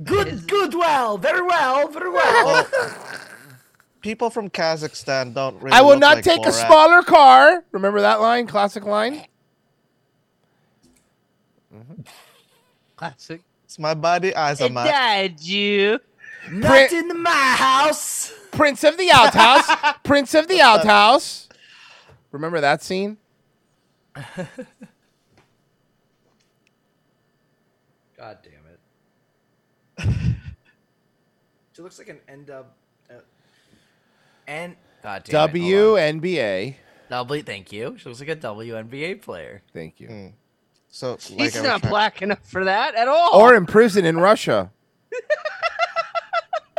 good, good, well, very well, very
Oh,
[laughs]
well.
People from Kazakhstan don't. Really
I will
look
not
like
take a
Borat.
smaller car. Remember that line? Classic line.
Mm-hmm.
Classic.
It's my body, eyes on my.
Dad, you
not in my house.
Prince of the
[laughs]
Outhouse. Prince of the Outhouse. Remember that
[laughs]
scene?
God damn it.
[laughs]
she looks like an end up. Uh, and God damn it, hold on.
WNBA.
W. Thank you. She looks like a WNBA player.
Thank you.
So
He's not black enough for that at all.
Or in prison in Russia.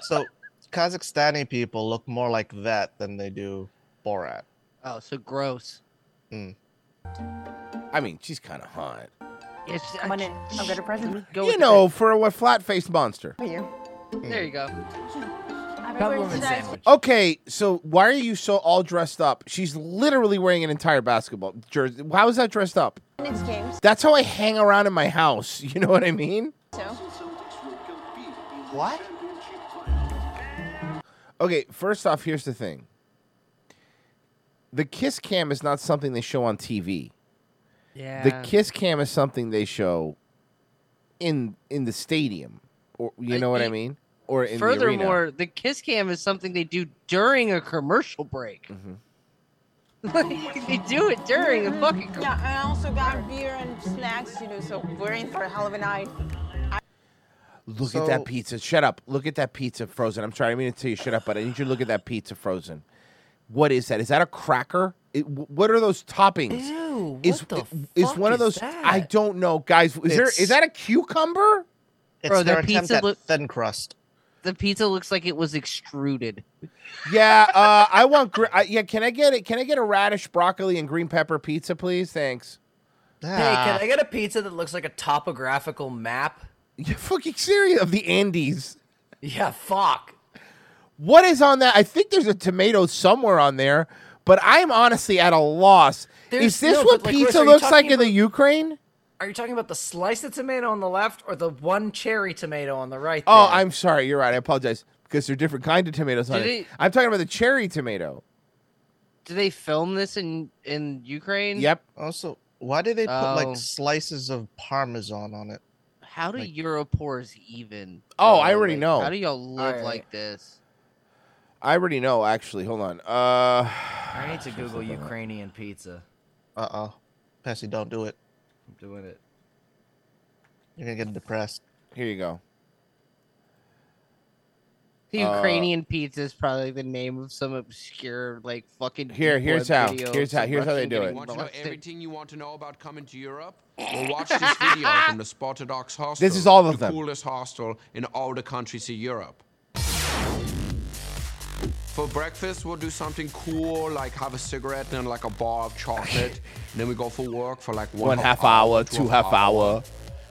So Kazakhstani people look more like that than they do Borat. Mm.
Oh, so gross.
I mean, she's kind of hot.
I'm gonna, I'm gonna present.
you know, for a flat faced monster.
for you.
There you go.
Okay, so why are you so all dressed up? She's literally wearing an entire basketball jersey. How is that dressed up?
Next games.
That's how I hang around in my house. [laughs] You know what I mean? [laughs]
What?
Okay, first off, here's the thing. The kiss cam is not something they show on TV.
Yeah.
The kiss cam is something they show in in the stadium, or you know what I mean, or in the arena.
Furthermore, the, kiss cam is something they do during a commercial break.
Mm-hmm.
Like, they do it during a fucking.
Yeah, and I also got beer and snacks, you know, so we're in for a hell of a night.
Look
So-
at that pizza. Shut up. Look at that pizza frozen. I'm sorry. I mean to tell you shut up, but I need you to look at that pizza frozen. What is that? Is that a cracker? It, wh- what are those toppings?
Ew,
is,
what the
is
fuck
one of
is
those? I don't know, guys. Is there?
It's-
Is that a cucumber?
It's Bro, their their attempt pizza at look- thin crust.
The pizza looks like it was extruded.
Yeah, uh, I want. Gr- I, yeah, can I get it? Can I get a radish, broccoli, and green pepper pizza, please? Thanks.
Hey, can I get a pizza that looks like a topographical map?
You fucking serious of the Andes?
Yeah, fuck.
What is on that? I think there's a tomato somewhere on there, but I'm honestly at a loss.
There's-
is this
no,
what
but, like, Chris,
pizza
are you
looks
talking
like in the
about-
Ukraine?
Are you talking about the slice of tomato on the left or the one cherry tomato on the right?
Oh, I'm sorry. You're right. I apologize because they're different kind of tomatoes. On
Did
it.
it-
I'm talking about the cherry tomato.
Do they film this in in Ukraine?
Also, Oh, why do they put
Oh.
like slices of parmesan on it?
How do
Like-
Europores even?
Oh,
bro?
I already
Like,
know.
How do y'all live
Alright.
like this?
I already know. Actually, hold on. Uh,
I
[sighs]
need
[laughs]
to Google Ukrainian pizza.
Uh oh, Pessy, don't do it.
I'm doing it.
You're gonna get depressed.
Here you go.
The
Uh,
Ukrainian pizza is probably the name of some obscure like fucking.
Here-
deep
here's
web
how.
video
Here's
of
how-
some
here's how they
Russian
do
getting
it.
molested.
Want to know everything you want to know about coming to Europe? Well, watch this
[laughs]
video from the Spotted Ox Hostel.
This is all of
the
them.
coolest hostel in all the countries of Europe. For breakfast, we'll do something cool, like have a cigarette and like a bar of
[laughs]
chocolate. and then we go for work for like one,
One half hour,
to
two
a
half hour.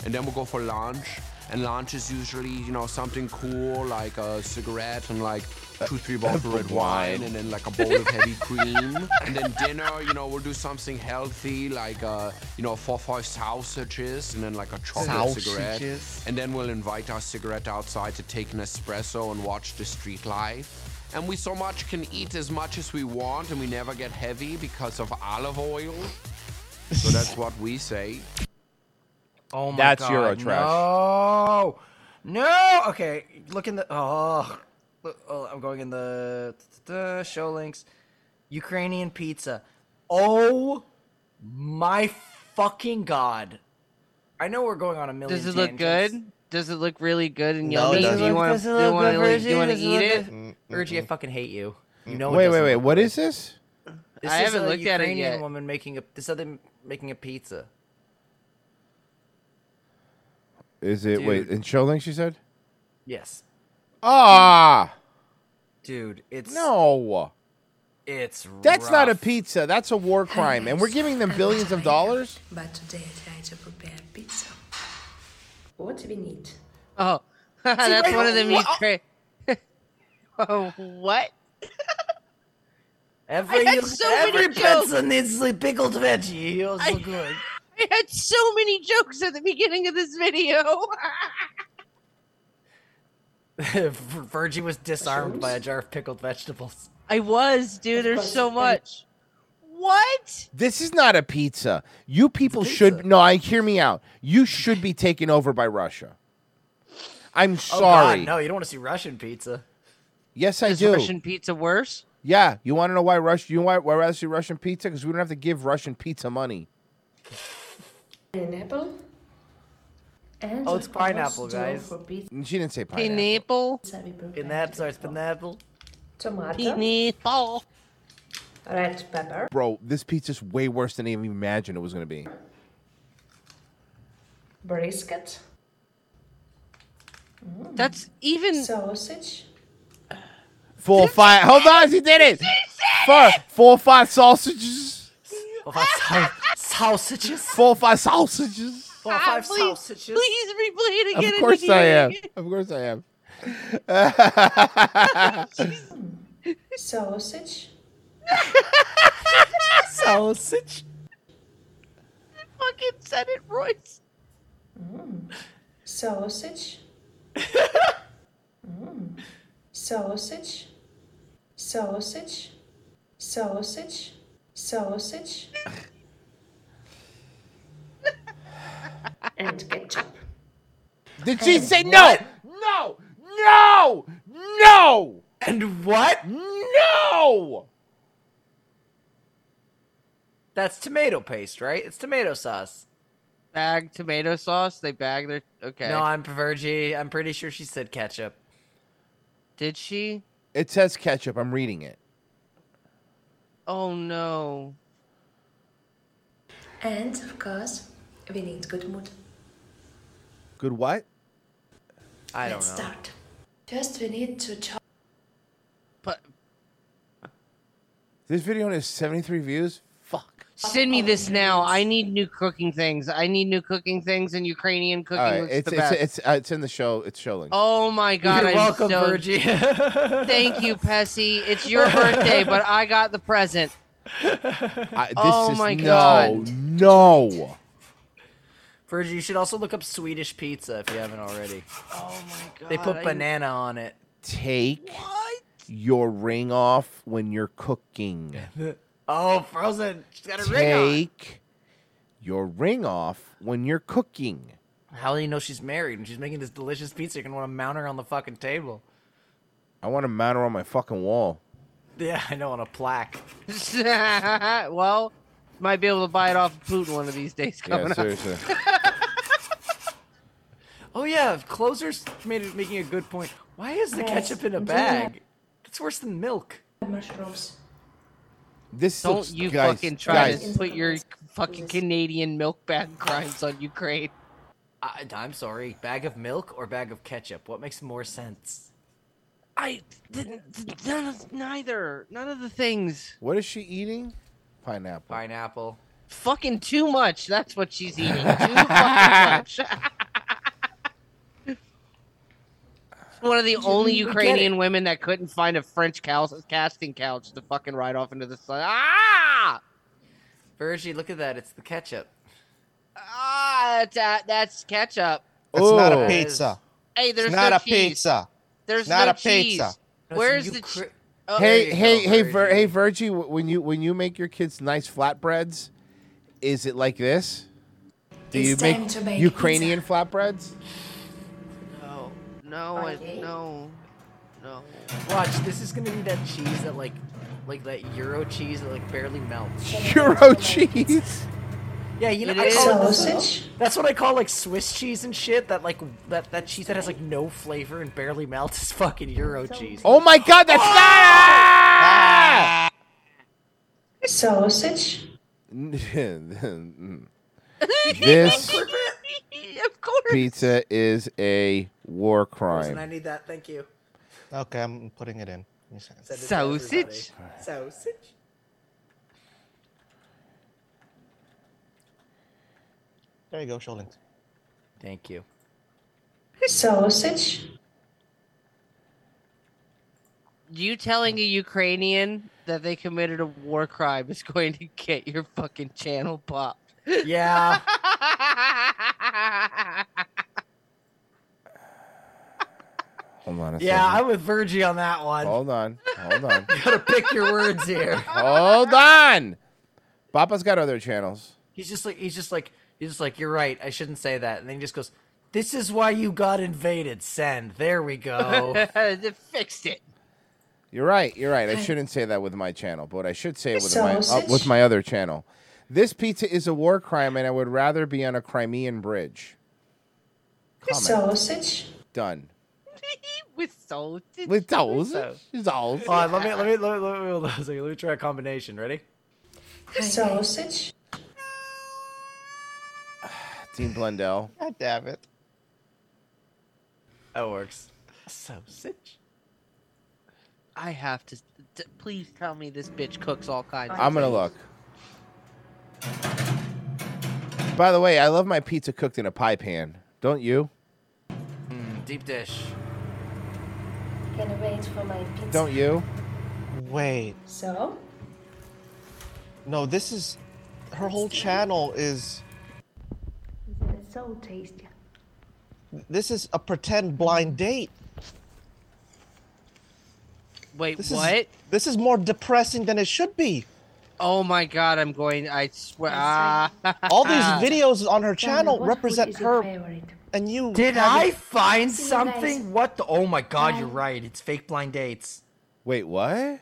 and then we'll go for lunch. And lunch is usually, you know, something cool like a cigarette and like two, three bottles of red wine, and then like a bowl of heavy cream. And then dinner, you know, we'll do something healthy like, uh, you know, four, five sausages, and then like a chocolate cigarette.
Sausages.
And then we'll invite our cigarette outside to take an espresso and watch the street life. And we so much can eat as much as we want, and we never get heavy because of olive oil. So that's what we say.
Oh my
That's
God,
Euro trash.
No, no. Okay, look in the. Oh, look, oh I'm going in the da-da-da, show links. Ukrainian pizza. Oh my fucking god! I know we're going on a million.
Does it look
tangents.
good? Does it look really good and
No,
yummy?
it doesn't.
do you want
Does it
to?
look
you want to?
good,
Like, do you
Virgie?
want to
Does it
eat
look
it? [laughs]
good? Virgie, I fucking hate you. You know. it
wait, wait,
doesn't
wait.
look
What
good.
is this?
This
I
is
haven't
a
looked at it
Ukrainian
yet.
woman making a this other making a pizza.
Is it wait
Dude.
in Sholing? She said.
Yes,
Ah,
dude. It's
no.
It's
That's not a
rough.
pizza. That's a war crime, and we're giving them billions of dollars.
But today I try to prepare pizza. What we
[laughs]
need?
Oh, [laughs] that's
wait,
one
[laughs]
of them.
what-
Ukraine. [laughs] oh, what?
Every
I had so many
every pizza
jokes.
needs a pickled veggie. It was
I-
so good.
I had so many jokes at the beginning of this video.
Vir- [laughs] Virgie was disarmed by a jar of pickled vegetables.
I was, dude. There's so much. What?
This is not a pizza. You people should no. I hear me out. You should be taken over by Russia. I'm
Oh, God,
sorry.
no, you don't want to see Russian pizza.
Yes, I
Is
do.
Russian pizza worse?
Yeah, you want to know why Rush? You want why I see Russian pizza? Because we don't have to give Russian pizza money.
An apple. And
Oh, it's
a
pineapple,
coleslaw
guys.
for pizza.
She didn't say pineapple.
Pineapple.
Pineapple, sorry, it's pineapple.
Tomato.
Pineapple.
Red pepper.
Bro, this pizza's way worse than I even imagined it was gonna be.
Brisket.
Mm.
That's even
sausage.
Full five. Hold on, she did it. Four, four, five sausages.
Sausages.
Four, five sausages.
Four or five
Ah, please-
sausages.
Please replay it again.
Of course I am. Of course I am. I [laughs]
[laughs]
Sausage.
Sausage.
I fucking said it, Royce. Mm.
Sausage. Mm. Sausage. Sausage. Sausage. Sausage. and ketchup.
Did she say no? No! No! No!
And what?
No!
That's tomato paste, right? It's tomato sauce.
Bag tomato sauce. They bag their okay.
No, I'm Pervergy. I'm pretty sure she said ketchup.
Did she?
It says ketchup. I'm reading it.
Oh no.
And of course, we need good mood.
Good what?
I
Let's start. First, we need to chop.
This video only has 73 views. Fuck.
Send me this now. I need new cooking things. I need new cooking things, and Ukrainian cooking
All right,
looks
it's
the
it's
best.
it's, uh, it's in the show. It's showing.
Oh my god!
[laughs] You're
I'm
welcome,
so- [laughs]
Virgie. [laughs]
Thank you, Pessy. It's your birthday, but I got the
[laughs]
present.
I, this
oh
is
my
no,
god!
no.
Virgie, you should also look up Swedish pizza if you haven't already.
Oh my god!
They put
I-
banana on it.
Take your ring off when you're cooking.
Oh, frozen. She's got a ring
Take your ring off when you're cooking.
on. How do you know she's married and she's making this delicious pizza? You're gonna want to mount her on the fucking table.
I want to mount her on my fucking wall.
Yeah, I know on a plaque.
well, might be able to buy it off of Putin one of these days
Yeah,
coming
seriously.
Oh yeah, closers made it making a good point. Why is the
Yes,
ketchup in a
do
bag? It's worse than milk.
Mushrooms.
This
Don't
looks-
you
guys,
fucking try
guys.
to put your fucking Canadian milk bag [laughs] crimes on Ukraine.
I, I'm sorry. Bag of milk or bag of ketchup? What makes more sense?
I didn't. None of, neither. None of the things.
What is she eating? Pineapple.
Pineapple.
Fucking too much. That's what
[laughs]
she's eating. Too fucking much. [laughs] One of the only
You get
Ukrainian women that couldn't find a French cal- casting couch to fucking ride off into the sun. Ah!
Virgie, look at that. It's the ketchup.
Ah! That's, uh, that's ketchup.
It's not a
Ooh.
pizza.
Hey, there's
it's not
no
a
cheese.
pizza.
There's
not
no
a pizza.
cheese. Where's the che- Oh, there
hey,
you
hey, hey,
go, Virgie.
Vir- hey, Virgie. wh- When you when you make your kids nice flatbreads, is it like this? Do
It's
you
time
make
to make
Ukrainian
[laughs]
flatbreads? [laughs]
No, no, I, no, no.
Watch, this is gonna be that cheese that like, like that Euro cheese that like barely melts.
Euro cheese.
Yeah, you know,
It
I call it
is.
sausage. That's what I call like Swiss cheese and shit. That like that that cheese that has like no flavor and barely melts is fucking Euro cheese.
Oh my
[laughs]
God, that's
Ah!
Sausage.
not. this
of course.
pizza is a war
Listen, I
crime.
need that. Thank you.
Okay, I'm putting it in. Give me a second.
Send it to everybody.
Sausage?
Sausage.
There you go, show links.
Thank you.
Sausage.
You telling a Ukrainian that they committed a war crime is going to get your fucking channel popped. [laughs]
Yeah.
Hold on a
Yeah,
second.
I'm with Virgie on that one.
Hold on. Hold on.
[laughs] You gotta pick your words here.
Hold on. Papa's got other channels.
He's just like he's just like he's just like you're right. I shouldn't say that. And then he just goes,
[laughs]
[laughs]
"This is why you got invaded." Send. There we go.
they fixed it.
You're right. You're right. I
Hi.
shouldn't say that with my channel, but I should say it with
So
my uh,
sausage.
with my other channel. This pizza is a war crime, and I would rather be on a Crimean bridge. Comment.
Sausage.
Done.
[laughs] With sausage.
With sausage. Sausage.
All right, let me let me let me let me hold on a second. Let me try a combination. Ready?
Sausage.
Dean Blundell.
God damn it.
That works. Sausage.
I have to. t- please tell me this bitch cooks all kinds. of
I'm gonna
things.
look. By the way, I love my pizza cooked in a pie pan. Don't you?
Mm, deep dish.
Can I wait for my pizza?
Don't you?
Wait.
So?
No, this is. Her whole channel is.
It's so tasty.
This is a pretend blind date.
Wait,
This is-
what?
This is more depressing than it should be.
Oh my god, I'm going. I swear. Ah.
All
[laughs]
these videos on her
Tell me,
channel
what
represent
food is your
her. And you.
Did
haven't-
I find something? What the? Oh my god, you're right. It's fake blind dates.
Wait, what?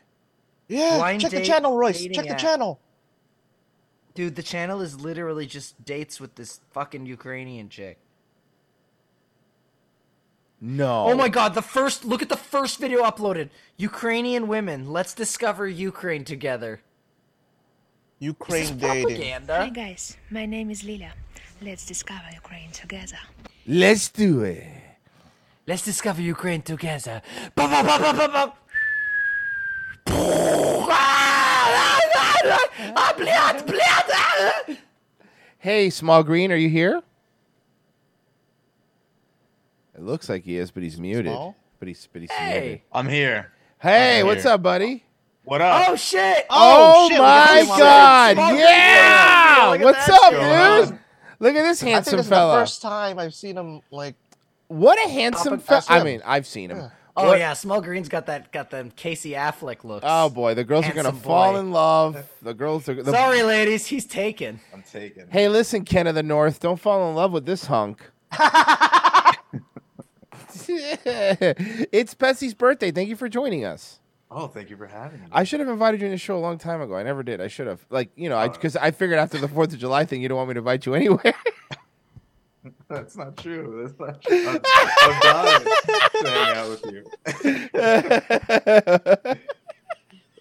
Yeah,
Blind
check the
date
channel, Royce.
dating
Check the
app.
channel.
Dude, the channel is literally just dates with this fucking Ukrainian chick.
No.
Oh. my god, the first look at the first video uploaded. Ukrainian women, let's discover Ukraine together.
Ukraine
Hi
propaganda.
guys, my name is Lila. Let's discover Ukraine together.
Let's do it.
Let's discover Ukraine together. Ba, ba, ba, ba, ba, ba.
Hey, Small Green, are you here? It looks like he is, but he's muted.
Small?
But he's but he's
Hey.
muted.
I'm here.
Hey,
I'm
what's
here.
up, buddy?
What up?
Oh shit!
Oh,
Oh, shit, we got
my
him on
god!
Small Green.
Yeah!
Look at
what's
that
up,
shit going
dude? Look at this
I think
handsome
this
fella.
Is the first time I've seen him like.
What a handsome
Papa-
fella! I
SM.
mean, I've seen him.
Oh
What-
yeah, Small Green's got that got them Casey Affleck looks.
Oh boy, the girls are gonna
Handsome
fall
boy.
in love. The girls are. The...
Sorry, ladies, he's taken.
I'm taken.
Hey, listen, Ken of the North, don't fall in love with this hunk. [laughs] it's Bessie's birthday. Thank you for joining us.
Oh, thank you for having me.
I should have invited you in the show a long time ago. I never did. I should have. Like, you know, because I, figured after the 4th of July thing, you don't want me to invite you [laughs] anywhere.
That's not true. That's
[laughs]
not true. I'm, I'm dying to hang out with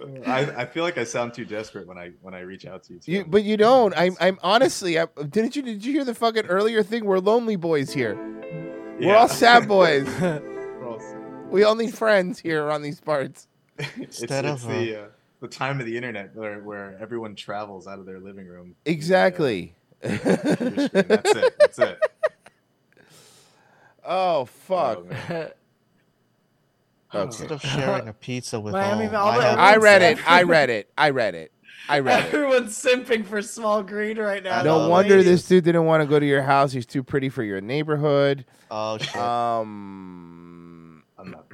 [laughs]
you. I, I feel like I sound too desperate when I when I reach out to you. Too.
[laughs] you, but you don't. I'm, I'm honestly, I, didn't you Did you hear the fucking earlier thing? We're lonely boys here. We're
Yeah.
all
[laughs]
sad boys.
We're all sad.
we all need friends here on these parts.
It's,
Instead
it's
of,
the uh, the time of the internet where, where everyone travels out of their living room.
Exactly.
Your screen. That's it. That's it.
Oh fuck.
[laughs]
[laughs]
Instead of sharing a pizza with
Miami,
all,
all the-
I read it. I read it. I read it. I
[laughs]
read it.
Everyone's simping for Small Green right now.
No
The
wonder
ladies-
this dude didn't want to go to your house. He's too pretty for your neighborhood.
Oh shit.
Um.
I'm not.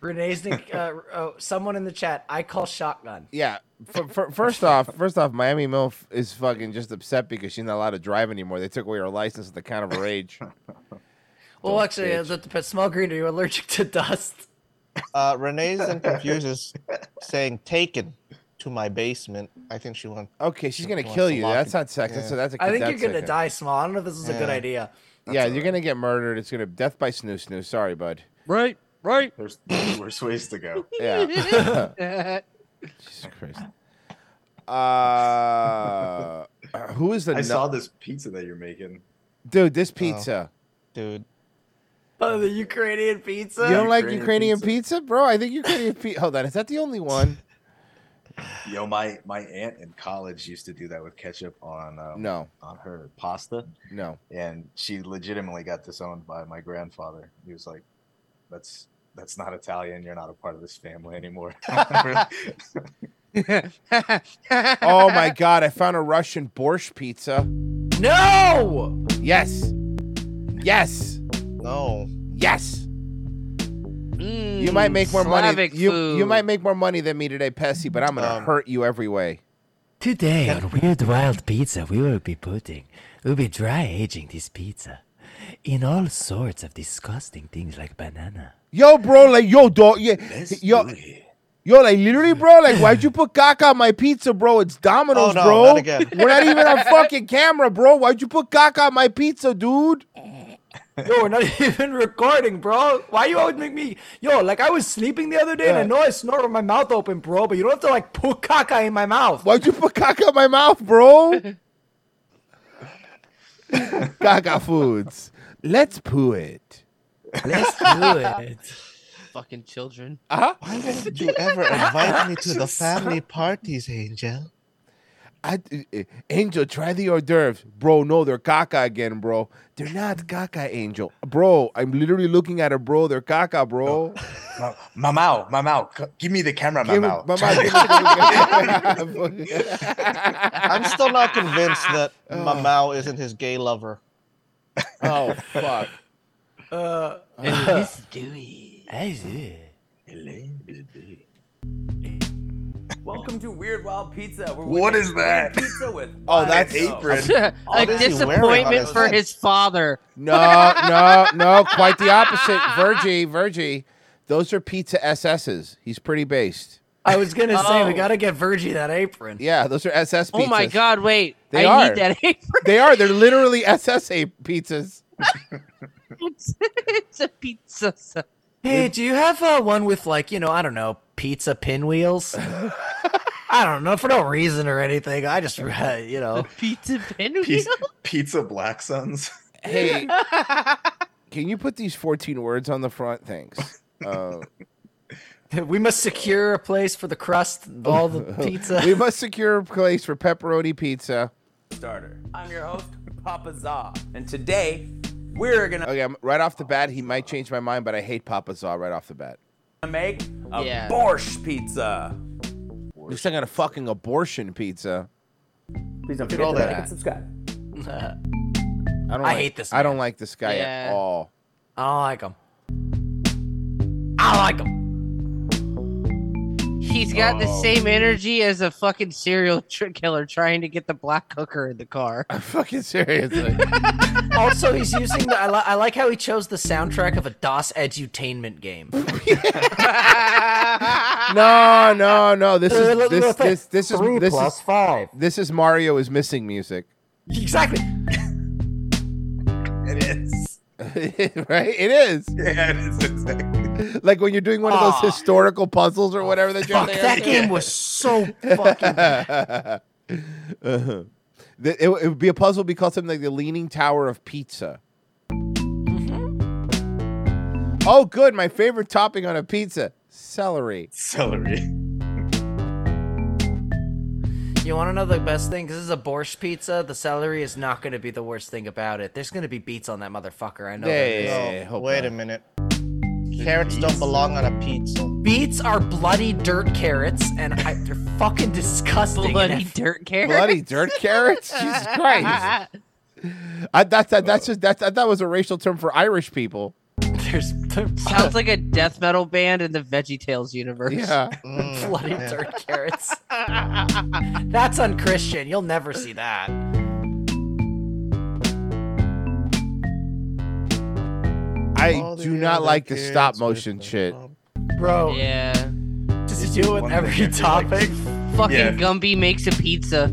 Renee's the, uh, oh, someone in the chat. I call shotgun.
Yeah. For, for, first off, first off, Miami MILF is fucking just upset because she's not allowed to drive anymore. They took away her license at the count of
[laughs]
her age.
Well,
Don't
actually,
bitch.
uh, that depends. Small Green, are you allergic to dust?
Uh, Renee's and confuses saying taken to my basement. I think she went.
Okay, she's gonna kill you. That's not sex. That's a, that's a.
I think
that's
you're gonna
like a-
die, Small. I don't know if this is a good idea.
yeah, you're gonna get murdered. It's gonna death by snoo snoo. Sorry, bud.
Right, right.
There's worse ways to go.
[laughs] Yeah. [laughs]
[laughs]
Jesus Christ. Uh, [clears throat] who is the?
I
nu-
saw this pizza that you're making.
dude.
Oh.
This pizza.
dude.
Oh, the Ukrainian pizza.
You don't like Ukrainian pizza. bro? I think Ukrainian pizza. Hold on, is that the only one?
Yo, my my aunt in college used to do that with ketchup on um,
No.
on her pasta.
No.
and she legitimately got disowned by my grandfather. He was like, "That's that's not Italian. You're not a part of this family
[laughs]
anymore."
[laughs] oh my god! I found a Russian borscht pizza.
No.
Yes. Yes.
No.
Yes. Mm, You might make more
Slavic
money. You, you
food.
might make more money than me today, Pessy, but I'm gonna
Um,
hurt you every way.
Today on Weird Wild Pizza, we will be putting, we'll be dry aging this pizza. in all sorts of disgusting things like banana.
Yo, bro, like yo, dog, yeah, yo, yo, like literally, bro, like why'd you put caca on my pizza, bro? It's Domino's,
Oh, no,
bro.
not again.
We're not even on fucking camera, bro. Why'd you put caca on my pizza, dude?
Yo, we're not [laughs] even recording, bro. Why you always make me? Yo, like I was sleeping the other day and I know I snore with my mouth open, bro. But you don't have to like put caca in my mouth.
Why'd you put caca in my mouth, bro? [laughs] Caca foods. Let's poo it.
Let's
[laughs] Fucking children.
Uh-huh.
Why did you ever [laughs] invite me to the family parties, Angel?
I, uh, Angel, try the hors d'oeuvres. Bro, no, they're caca again, bro. They're not caca, Angel. Bro, I'm literally looking at it, bro. They're caca, bro.
Ma- Mamau, Mamau, c- give me the camera,
Give me-
Mamau.
Mamau, give
[laughs]
[laughs]
I'm still not convinced that Mamau isn't his gay lover.
Oh fuck.
[laughs] Uh,
[laughs]
Miss
Dewey.
Welcome to Weird Wild Pizza. Where
What
make
is that?
Pizza with
[laughs] Oh,
wild
that's-
dough.
[laughs] a disappointment for his father.
No, no, no. Quite the opposite. Virgie, Virgie. Those are pizza SSs. He's pretty based. Oh.
I was gonna say we
Oh.
gotta get Virgie that apron.
Yeah, those are SS pizzas.
Oh my god, wait.
They
I
are.
need that apron.
They are. They're literally SS a- pizzas.
it's, it's a pizza. sa-
Hey, do you have uh, one with like you know I don't know pizza pinwheels? I don't know for no reason or anything. I just [laughs] uh, you know
pizza
Pizza, pizza Black Suns.
Hey, can you put these 14 words on the front? Thanks. Uh,
[laughs] we must secure a place for the crust,
[laughs]
all the pizza.
we must secure a place for pepperoni pizza.
starter. I'm your host, Papa Za, and today we're gonna
Okay, I'm- right off the bat, he might change my mind, but I hate Papa Zaw right off the bat.
make a
Yeah.
borscht pizza.
Looks like I got a fucking abortion pizza.
Please don't
Look at
forget
all
to
that.
like and subscribe.
I don't.
I
like-
hate this
I don't like this guy
Yeah.
at all.
I don't like them. I don't like them.
He's got the
Oh.
same energy as a fucking serial [laughs] tr- killer trying to get the black hooker in the car.
I'm fucking seriously.
[laughs] Also, he's using the. I, li- I like how he chose the soundtrack of a DOS edutainment game.
[laughs] No, no, no. This
Uh,
is
look-
this
look,
this this is
three
this
plus
is
five.
This is Mario is missing music.
Exactly.
It is.
[laughs] right? It is.
[laughs] Yeah, it is exactly.
[laughs] Like when you're doing one of
Aw.
those historical puzzles or whatever that you're
Ah. Fuck,
there
that
to-
game was
[laughs]
so fucking bad.
Uh-huh. Th- it, it would be a puzzle we call something like the Leaning Tower of Pizza.
Mm-hmm.
Oh, good. My favorite topping on a pizza celery.
Celery.
You want to know the best thing? 'Cause This is a borscht pizza. The celery is not going to be the worst thing about it. There's going to be beets on that motherfucker. I know. there is.
Oh, wait a minute. Carrots don't belong on a pizza.
Beets are bloody dirt carrots, and I, they're fucking disgusting.
Bloody dirt carrots?
Bloody dirt carrots? Jesus
[laughs]
Christ. I, that's that, that's just that's, that, that was a racial term for Irish people.
There's
Sounds like a death metal band in the VeggieTales universe. [laughs]
Yeah.
[laughs] bloody
[laughs]
dirt carrots. [laughs] That's unchristian. You'll never see that.
I do not like the stop motion shit.
Bro.
Yeah.
Just deal with every topic.
[laughs] Fucking
Yeah.
Gumby makes a
[laughs]
pizza.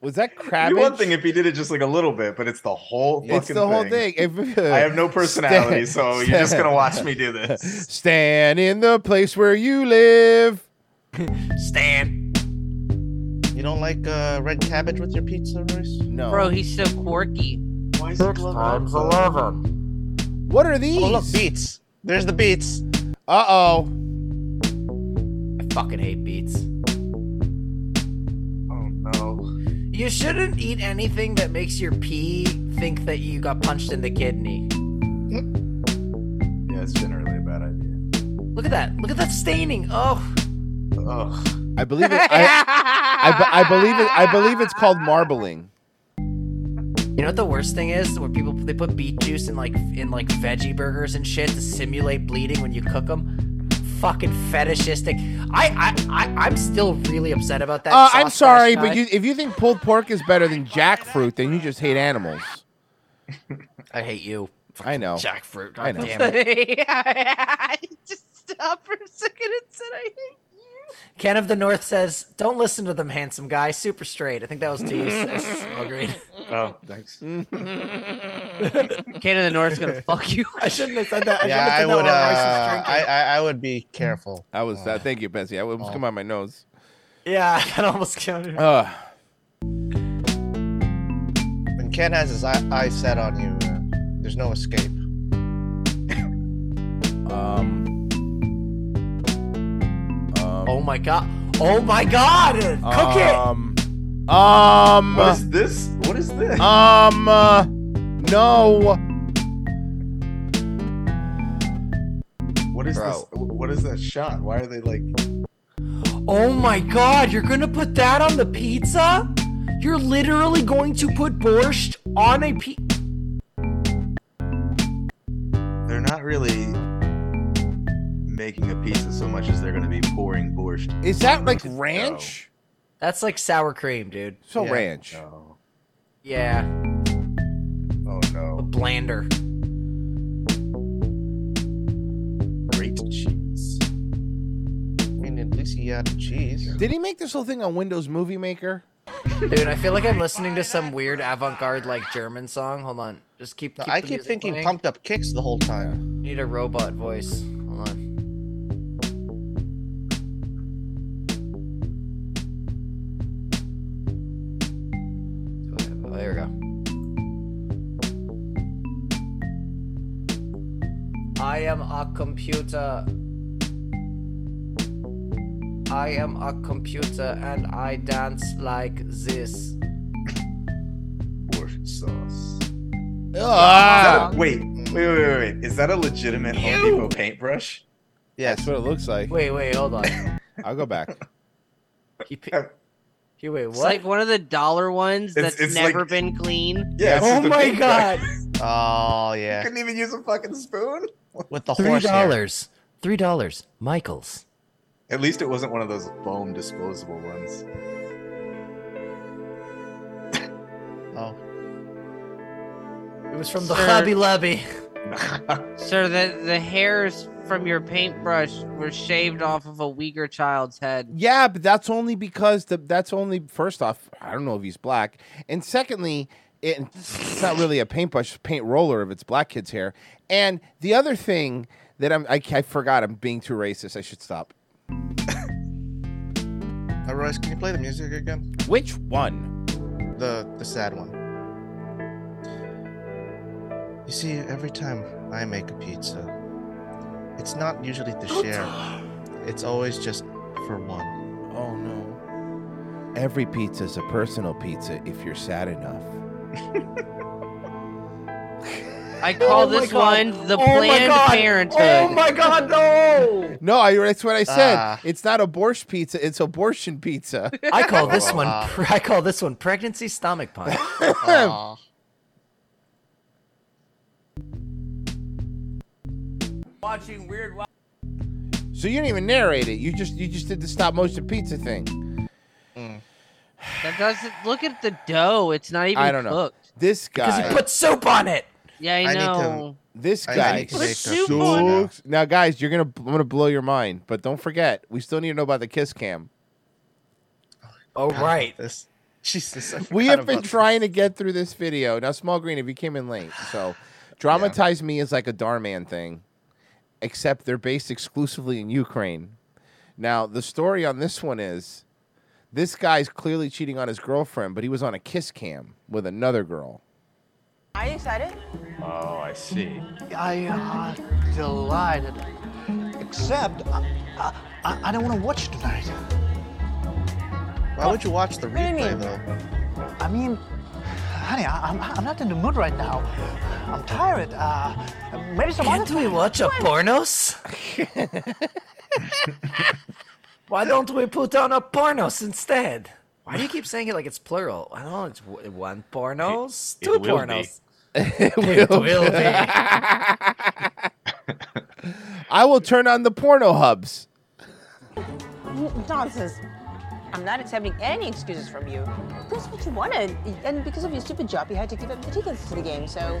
Was that
It'd
crab?
be one thing if he did it just like a little bit, but it's the whole fucking
It's the whole thing.
[laughs]
If- [laughs]
I have
uh,
no personality,
Stand-
so you're just gonna watch me
[laughs]
do this.
Stand in the place where you
[laughs]
live.
Stan.
You don't like uh, red cabbage with your pizza, Royce?
No.
Bro, he's so quirky.
Why is
Six times
eleven.
What are these?
Oh, look, beets. There's the beets.
Uh oh.
I fucking hate beets.
Oh no.
You shouldn't eat anything that makes your pee think that you got punched in the kidney.
Yeah, it's generally a bad idea.
Look at that. Look at that staining. Oh.
Ugh.
I believe it. I, I, be- I believe it. I believe it's called marbling.
You know what the worst thing is? When people they put beet juice in like in like veggie burgers and shit to simulate bleeding when you cook them. Fucking fetishistic. I I, I I'm still really upset about that.
Uh, I'm
sauce
sorry,
last
but
night.
[laughs]
you, if you think pulled pork is better than jackfruit, then you just hate animals.
I hate you.
I know.
Jackfruit.
I
God
know.
damn it.
[laughs]
I just stopped for a second and said I hate
Ken of the North says, "Don't listen to them, handsome guy. Super straight." I think that was to you.
[laughs]
Agreed.
Oh,
[laughs]
thanks.
Ken of the North's gonna fuck you.
[laughs] I shouldn't have said that.
yeah, I would. Uh, I, I I would be careful.
I was. Uh, thank you, Bessie. I was
oh.
come on my nose.
[laughs]
Yeah, that almost counted.
Uh,
When Ken has his eye, eye set on you, uh, there's no
[laughs]
escape.
um,
Um,
oh my god. Oh my god. Cook
um, Um.
What is
this? What is this?
Um. uh, no.
What is
Bro.
this? What is that shot? Why are they like?
it. Oh my god. You're gonna put that on the pizza? You're literally going to put borscht on a pizza?
They're not really making a pizza so much as they're going to be pouring borscht.
Is that like ranch?
That's like sour cream, dude.
So ranch.
Yeah.
Oh no.
A blander.
Great cheese.
I mean, at least he added cheese.
Did he make this whole thing on Windows Movie Maker?
Dude, I feel like I'm listening to some weird avant-garde like German song. Hold on, just keep.
No,
keep
I
the
keep
music
thinking
playing.
pumped up kicks the whole time.
Need a robot voice. Hold on. Oh, there we go. I am a computer. I am a computer and I dance like this.
Borscht sauce.
Ah!
Is that a- wait, wait, wait, wait, wait. Is that a legitimate Home Depot paintbrush?
Yeah, that's what it looks like.
Wait, wait, hold on.
[laughs]
I'll go back.
He,
[laughs]
he wait,
It's like one of the dollar ones
It's-
that's
it's
never
like-
been clean.
Yeah, it's
Oh
just a
my
paintbrush.
god.
[laughs]
Oh yeah,
[laughs] Couldn't even use a fucking spoon.
with the
Three
horse hair.
dollars. Three dollars. Michaels.
At least it wasn't one of those foam disposable ones.
Oh,
It was from the
Sir.
Hobby Lobby.
Sir, the the hairs from your paintbrush were shaved off of a Uyghur child's head.
Yeah, but that's only because the that's only first off, I don't know if he's black, and secondly, it, it's not really a paintbrush, paint roller if it's black kids' hair. And the other thing that I'm I, I forgot, I'm being too racist. I should stop.
Now, Royce, can you play the music again?
Which one?
The the sad one. You see, every time I make a pizza, it's not usually to share. It's always just for one.
Oh no. Every pizza's a personal pizza if you're sad enough.
I call
Oh my
this
God.
one the
Oh my
Planned
God.
Parenthood.
Oh my god,
Oh.
no!
No, I, that's what I said.
Ah.
It's not a borscht pizza, it's abortion pizza.
I call this one.
Ah.
pre- I call this one pregnancy stomach
[laughs]
punch.
Aw.
Watching Weird Wild.
so you didn't even narrate it. You just you just did the stop motion pizza thing.
Mm.
That doesn't look at the dough. It's not even
I don't know.
cooked.
This
Because
guy
he put soup on it.
Yeah, I
I need to-
know.
This
I- I
guy
need to Put make
soup on
it.
sucks. Now, guys, you're gonna I'm gonna blow your mind, but don't forget, we still need to know about the kiss cam.
Oh right.
This. [laughs] Jesus. I
We
forgot
have been
about
trying to get through this video. Now, Small Green, if you came in late,
[sighs]
so dramatize me is like a Darman thing, except they're based exclusively in Ukraine. Now, the story on this one is this guy's clearly cheating on his girlfriend, but he was on a kiss cam with another girl.
Are you excited?
Oh, I see.
I am delighted. Except, I, I- I, I don't want to watch tonight.
Why would you watch the
do you
replay
mean?
though?
I mean, honey, I, I'm, I'm not in the mood right now. I'm tired. Uh, maybe some other
Can't we
time.
watch
[laughs]
a pornos? Why don't we put on a pornos instead? Why do you keep saying it like it's plural? I don't know. It's w- one pornos,
It- it
two
will be.
pornos. [laughs] It will
[laughs]
be.
I will turn on the porno hubs.
Nonsense. I'm not accepting any excuses from you. That's what you wanted, and because of your stupid job, you had to give up the tickets to the game. So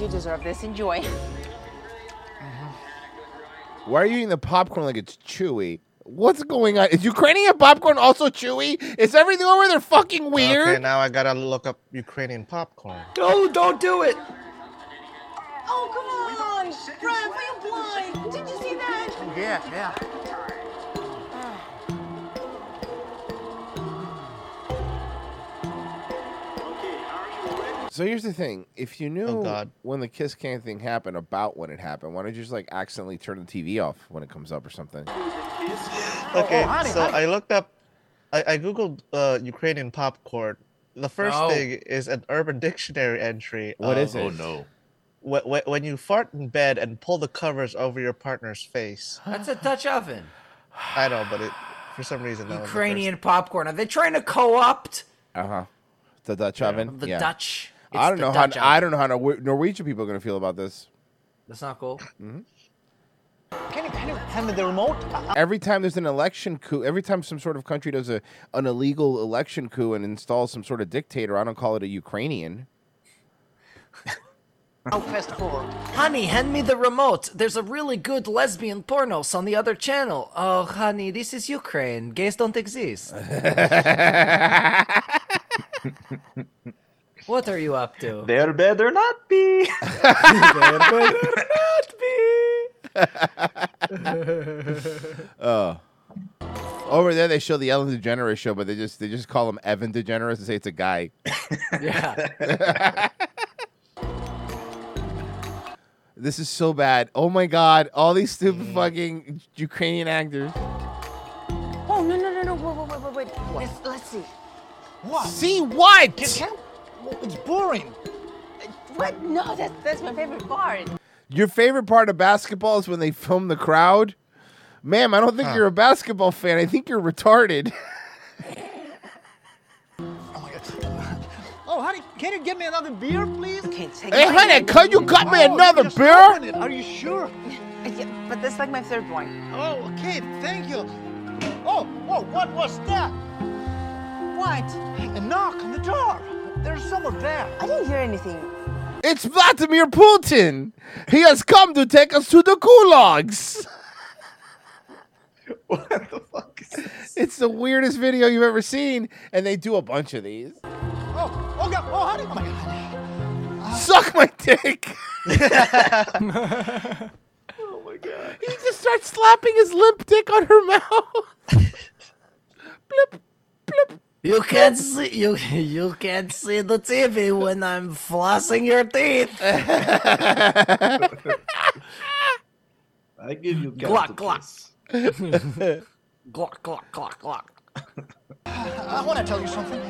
you deserve this. Enjoy.
Why are you eating the popcorn like it's chewy? What's going on? Is Ukrainian popcorn also chewy? Is everything over there fucking weird?
Okay, now I gotta look up Ukrainian popcorn.
No, don't do it.
Oh, come on! Brian, were you blind? Did you see that?
Yeah, yeah.
So here's the thing: if you
Oh,
knew when the kiss can thing happened, about when it happened, why don't you just like accidentally turn the TV off when it comes up or something?
Okay,
Oh, honey,
so
honey.
I looked up, I, I googled uh, Ukrainian popcorn. The first
No.
thing is an Urban Dictionary entry.
What
What
is
is
it? Oh, no.
When, when you fart in bed and pull the covers over your partner's face.
That's a Dutch oven.
I know, but it for some reason that was the first-
Ukrainian popcorn. Are they trying to co-opt?
Uh huh. The Dutch oven.
The
Yeah.
Dutch.
I don't
It's the
know
Dutch
how I don't know how Nor- Norwegian people are gonna feel about this.
That's not cool.
Can you, can you hand me the
[laughs]
remote? I,
Every time there's an election coup, every time some sort of country does a an illegal election coup and installs some sort of dictator, I don't call it a Ukrainian.
I'll fast forward.
Honey, hand me the remote. There's a really good lesbian pornos on the other channel. Oh, honey, this is Ukraine. Gays
[laughs]
don't exist. what are you up to?
There better not
[laughs]
be. [laughs]
Oh. Over there, they show the Ellen DeGeneres show, but they just they just call him Evan DeGeneres and say it's a guy.
Yeah.
[laughs] this is so bad. Oh my god! All these stupid fucking Ukrainian actors.
Oh no no no no! Wait wait wait wait wait! Let's, let's see. What?
See what?
You can't. well, It's boring. Uh, What? No, that's that's my favorite part.
Your favorite part of basketball is when they film the crowd. Ma'am, I don't think you're a basketball fan. I think you're retarded. [laughs]
Oh, honey, can you get me another beer, please?
Can't take Oh,
Hey, honey, can you got me another beer?
Are you sure?
Yeah, but that's like my third one.
Oh, okay, thank you. Oh, whoa, what was that? What? A knock on the door. There's someone there.
I didn't hear anything.
It's Vladimir Putin. He has come to take us to the [laughs] gulags. what the fuck? Is this? It's the weirdest video you've ever seen, and they do a bunch of these.
Oh, oh god, oh honey, oh my god.
Suck my [laughs] dick. Oh He just starts slapping his limp dick [laughs] on her mouth.
You can't see you you can't see the TV when I'm flossing your teeth.
[laughs] I give you
Glock glock. [laughs] glock glock glock glock.
I want to tell you something.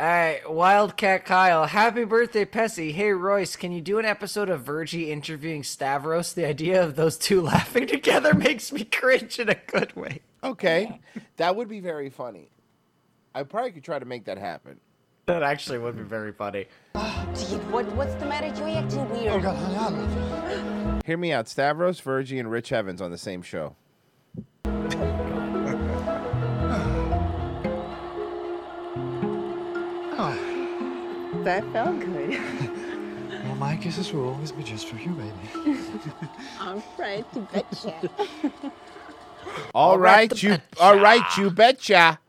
Alright, Wildcat Kyle. Happy birthday, Pessy. Hey Royce, can you do an episode of Virgie interviewing Stavros? The idea of those two [laughs] laughing together makes me cringe in a good way.
Okay, that would be very funny. I probably could try to make that happen.
That actually would be very funny.
Dude, what what's the matter? You acting
Oh,
weird.
Hear me out. Stavros, Virgie, and Rich Evans on the same show.
Oh.
That felt good. [laughs]
Well, my kisses will always be just for you, baby.
I'm afraid to betcha.
All right, you. All right, you betcha.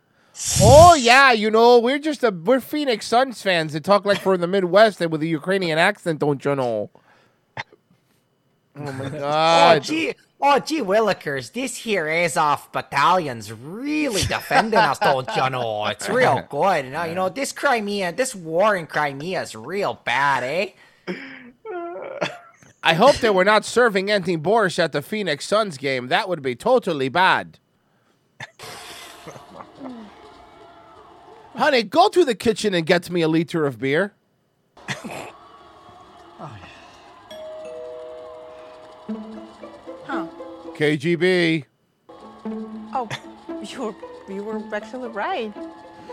Oh yeah, you know we're just a we're Phoenix Suns fans that talk like we're in the Midwest and with a Ukrainian accent, don't you know? Oh
[laughs]
my
Oh
God!
gee, oh gee, Willikers, this here Azov battalion's really defending us, don't you know?
[laughs]
It's real good. Now you know this Crimea, this war in Crimea is real bad, eh?
I hope they were not serving anything Boris at the Phoenix Suns game. That would be totally bad.
Mm.
Honey, go to the kitchen and get me a liter of beer.
Oh,
Huh.
KGB.
Oh, [laughs] you were you were actually right.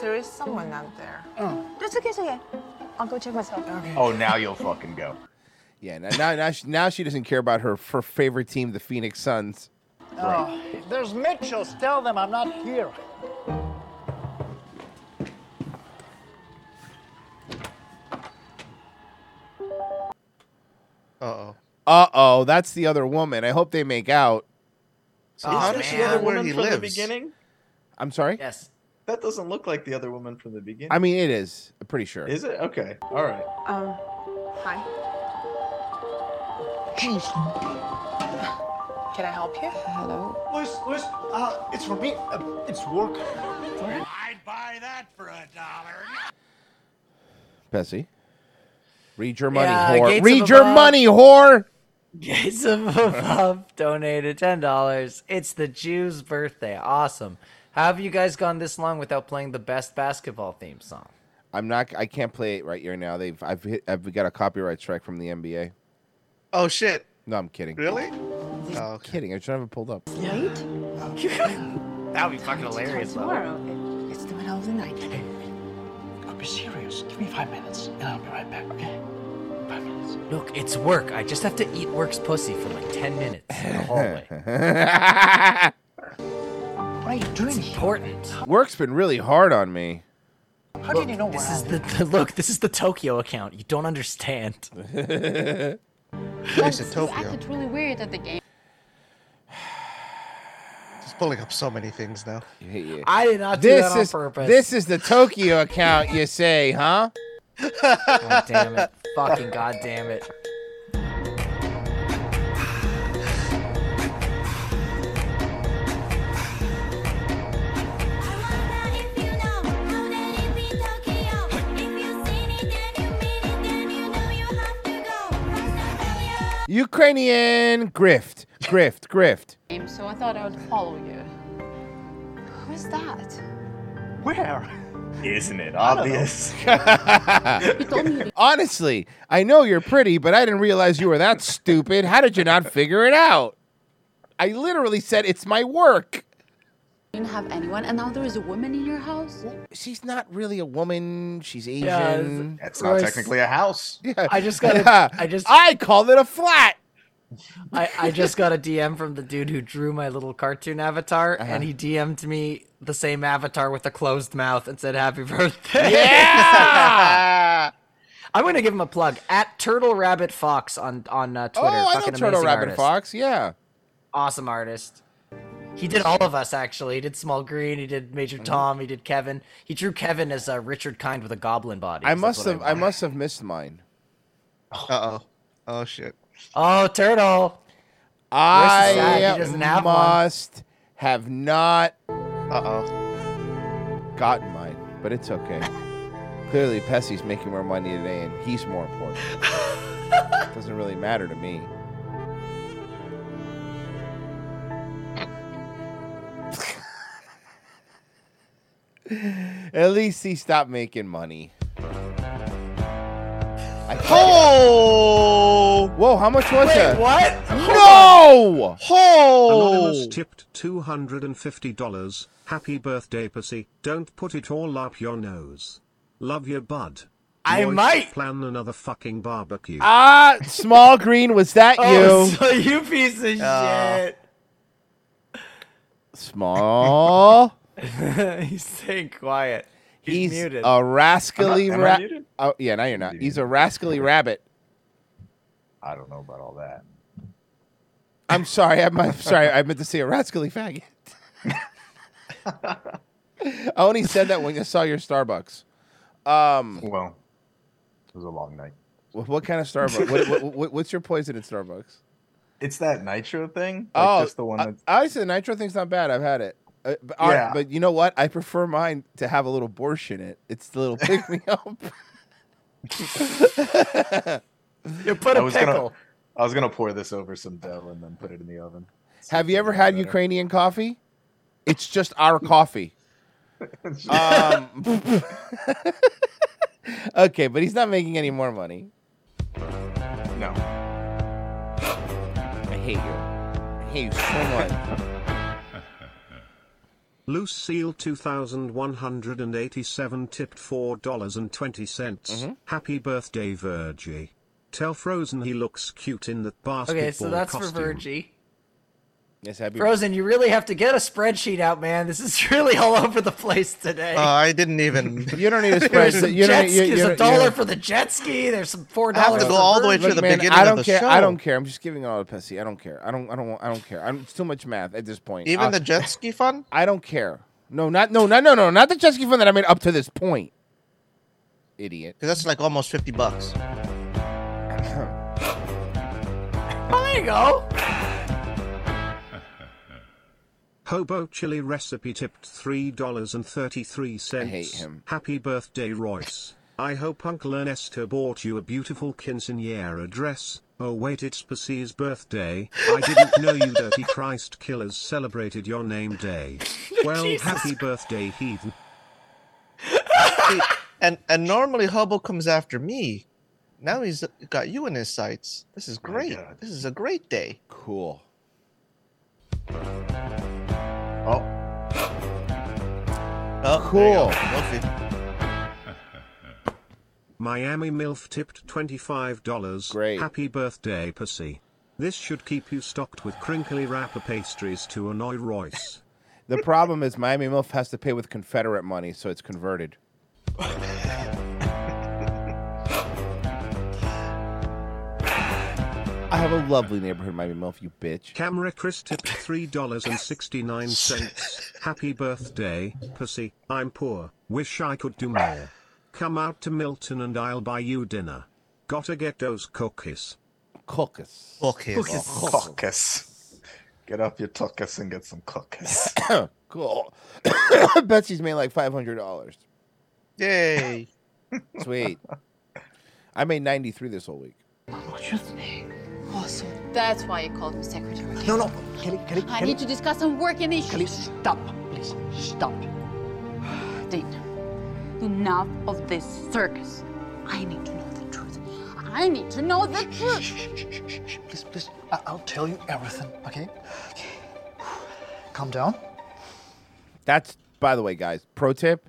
There is someone out there. Oh. That's okay, it's okay. I'll go check myself. Okay.
Oh, now you'll fucking go.
Yeah, now now now she, now she doesn't care about her, her favorite team, the Phoenix Suns.
Oh, there's Mitchells. Tell them I'm not here.
Uh oh.
Uh oh, that's the other woman. I hope they make out.
So how does the other woman from the beginning?
I'm sorry.
Yes. That doesn't look like the other woman from the beginning.
I mean, it is. I'm pretty sure.
Is it? Okay. All right.
Um, hi.
Can I help you? Hello.
Luis, Luis, uh, it's for me. Uh, it's work.
Bessie. Read your money,
Yeah,
whore.
Gates
Read
of
your
Above.
money, whore.
Gates of Above donated ten dollars. It's the Jew's birthday. Awesome. How have you guys gone this long without playing the best basketball theme song?
I'm not. I can't play it right here now. They've. I've. Hit, I've got a copyright strike from the NBA.
Oh shit.
No, I'm kidding.
Really?
Oh,
I'm kidding. I should have it pulled up.
[laughs] that would be
[laughs]
fucking hilarious. Though.
It's the middle of the night.
I'll be serious. Give me five minutes, and I'll be right back. Okay.
Look, it's work. I just have to eat work's pussy for like ten minutes [laughs] in the hallway.
What are you doing? It's
important.
Work's been really hard on me.
How did you know
This
where
is
I
the, the [laughs] look. This is the Tokyo account. You don't understand.
Place in Tokyo.
Acted really weird at the game.
Just pulling up so many things now.
I did not
This is this is the [laughs] Tokyo account, you say,
[laughs]
huh?
God damn it. Fucking god damn it.
Ukrainian grift, grift, grift.
Game, so I thought I would follow you. Who is that?
Where?
Isn't it [laughs] obvious?
[laughs]
Honestly, I know you're pretty, but I didn't realize you were that stupid. How did you not figure it out? I literally said it's my work.
You didn't have anyone, and now there is a woman in your house.
She's not really a woman. She's Asian.
Yeah,
That's not technically a house.
Yeah.
I just got.
Yeah. [laughs]
I just.
I called it a flat.
I, I just got a DM from the dude who drew my little cartoon avatar,
Uh-huh.
and he DM'd me the same avatar with a closed mouth and said, "Happy birthday."
Yeah.
[laughs] I'm gonna give him a plug at Turtle Rabbit Fox on on uh, Twitter.
Oh, I know
Fucking
Turtle
amazing
Rabbit
artist.
Fox. Yeah.
Awesome artist. He did all of us actually. He did Small Green. He did Major
Mm-hmm.
Tom. He did Kevin. He drew Kevin as uh, Richard Kind with a goblin body.
I
'cause that's
must
what
have. I, must have missed mine.
Uh oh. Oh shit.
Oh, turtle.
I
sad he doesn't have one.
must have not.
Uh oh.
Gotten mine, but it's okay. Clearly, Pessy's making more money today, and he's more
[laughs]
important. Doesn't really matter to me. At least he stopped making money. I oh! Whoa, how much was
Wait,
that?
what?
No!
Oh!
Anonymous tipped two hundred and fifty dollars. Happy birthday, pussy! Don't put it all up your nose. Love your bud.
I might.
plan another fucking barbecue.
Ah, small green, was that
Oh,
you?
so
you piece of
Uh,
shit.
Small.
[laughs] He's staying quiet.
He's,
He's, muted.
a rascally
I'm not- am I
rabbit.
muted?
Oh yeah, now you're not. He's a rascally rabbit.
I don't know about all that.
I'm sorry. I'm, I'm sorry. I meant to say a rascally faggot. I only said that when I saw your Starbucks. Um,
well, it was a long night.
What, kind of Starbucks? what, what, what, what's your poison at Starbucks?
It's that nitro thing. Like
oh,
just the one
I-
that.
I, honestly, the nitro thing's not bad. I've had it. Uh, but, all right,
Yeah.
but you know what? I prefer mine to have a little borscht [laughs] in it. It's
[laughs]
the little pick me
Oh,
up.
you put
I
a
was
pickle.
Gonna, I was gonna pour this over some dough and then put it in the oven.
Have you ever had Ukrainian coffee? It's just our coffee. um, [laughs] okay, but he's not making any more money.
No.
[gasps] I hate you. I hate you so much.
Lucille 2187 tipped $4.20.
Mhm.
Happy birthday, Virgie. Tell Frozen he looks cute in that basketball
Okay, so that's
costume.
for Virgie.
Yes, happy
Frozen, you really have to get a spreadsheet out, man. This is [laughs] really all over the place today.
Oh, I didn't even.
Uh, you
[laughs]
don't
[laughs]
need a spreadsheet. You don't
jet
need, you,
ski,
you
there's a
don't-
dollar
you
for the jet ski. There's some four
don't-
dollars.
Look, man, I don't care. I don't care. I'm just giving it all to Pessy. I don't care. I don't. I don't. want- I don't care. I'm, it's too much math at this point.
Even
I'll-
the jet ski fund?
[laughs] I don't care. No, not no, no, no, no, not the jet ski fund that I made up to this point. Idiot.
Because that's like almost fifty bucks.
[laughs] Oh, there you go.
[laughs] Hobo chili recipe tipped $3.33.
hate him.
Happy birthday, Royce. I hope Uncle Ernesto bought you a beautiful quinceanera dress. Oh wait, it's Percy's birthday. I didn't know you dirty Christ killers celebrated your name day. Well,
Jesus.
happy birthday, heathen.
See, and and normally Hobo comes after me. Now he's got you in his sights. This is great. This is a great day.
Oh Cool.
Oh. Oh, there you go.
Cool.
Wolfie.
Miami MILF tipped $25. Great. Happy birthday, Percy. This should keep you stocked with crinkly wrapper pastries to annoy Royce.
[laughs] The problem is Miami MILF has to pay with Confederate money, so it's converted. [coughs] I have a lovely neighborhood, Miami MILF, you bitch.
Camera Chris tipped $3.69. Happy birthday, Percy. I'm poor. Wish I could do more. Come out to Milton and I'll buy you dinner. Gotta get those cookies.
Cookies.
Cookies.
Cookies.
Caucus. Get up your tuckus and get some cookies.
cool. [coughs] Betsy's made like five hundred dollars.
Yay!
[laughs] Sweet. I made ninety three this whole week.
Oh, so that's why you called me secretary.
No, no.
I need to discuss some working issues. Please stop. Please stop. Dean, enough of this circus. I need to know the truth. I need to know the truth.
Please, please, I- I'll tell you everything, okay? Calm down.
That's by the way, guys. Pro tip: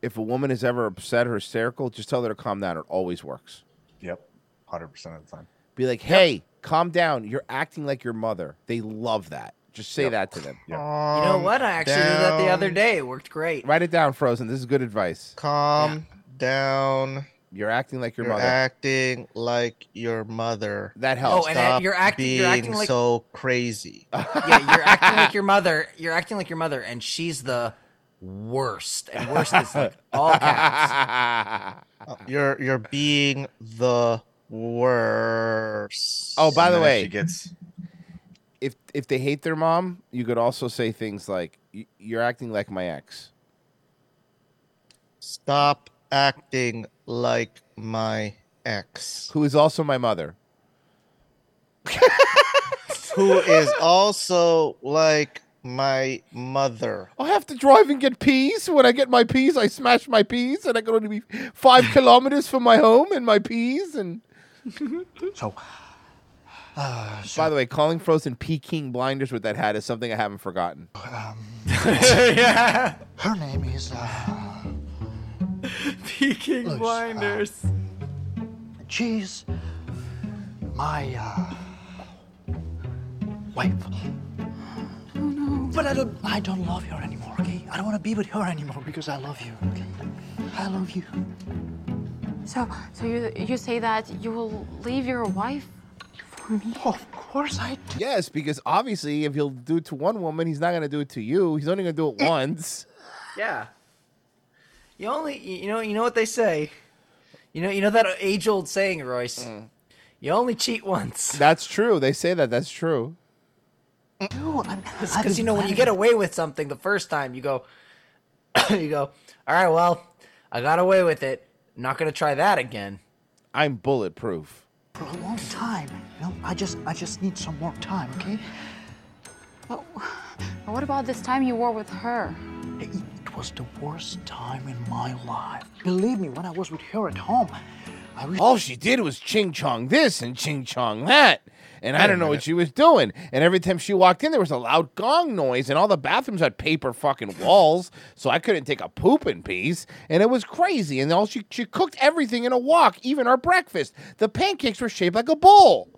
If a woman is ever upset or hysterical, just tell her to calm down. It always works.
Yep, hundred percent of the time.
Be like, "Hey, calm down. You're acting like your mother." They love that. Just say that to them.
You know what? I actually did that the other
down.
day. It worked great.
Write it down, Frozen. This is good advice.
Calm down.
You're acting like your
You're
mother.
acting like your mother.
That
helps. Oh, and, uh,
Stop
you're act-
being
you're acting like-
so
[laughs]
crazy.
yeah, you're acting like your mother. You're acting like your mother, and she's the worst. And worst is like all
[laughs]
caps.
Oh, You're you're being the worst.
Oh, by the
And then if
way,
she gets
if if they hate their mom, you could also say things like, "Y- "You're acting like my ex."
stop acting like my ex,
who is also my mother,
[laughs] who is also like my mother.
I have to drive and get peas. When I get my peas, I smash my peas, and I can only be five kilometers from my home and my peas.
[laughs]
And [laughs]
so,
by the way, calling Frozen Peking blinders with that hat is something I haven't forgotten.
Um,
[laughs]
Her name is uh,
Peking Blinders.
she's my uh, wife. But I don't, I don't love her anymore. Okay, I don't want to be with her anymore because I love you. Okay, I love you.
So, so you you say that you will leave your wife for me?
Of course I do.
[laughs] Yes, because obviously, if he'll do it to one woman, he's not going to do it to you. He's only going to do it once.
Yeah. You only you know you know what they say. You know you know that age old saying, Royce. You only cheat once. [laughs]
That's true. They say that. That's true.
Because you know when you get away with something the first time, you go, [coughs] you go, all right, well, I got away with it. Not gonna try that again.
I'm bulletproof.
for a long time. You know, I just I just need some more time, okay?
But what about this time you were with her?
It was the worst time in my life. Believe me, when I was with her at home, I was
All she did was ching chong this and ching chong that. And I
Wait a
don't know what
minute.
she was doing. And every time she walked in, there was a loud gong noise, and all the bathrooms had paper fucking walls, so I couldn't take a poop in peace. And it was crazy. And all she she cooked everything in a wok, even our breakfast. The pancakes were shaped like a bowl.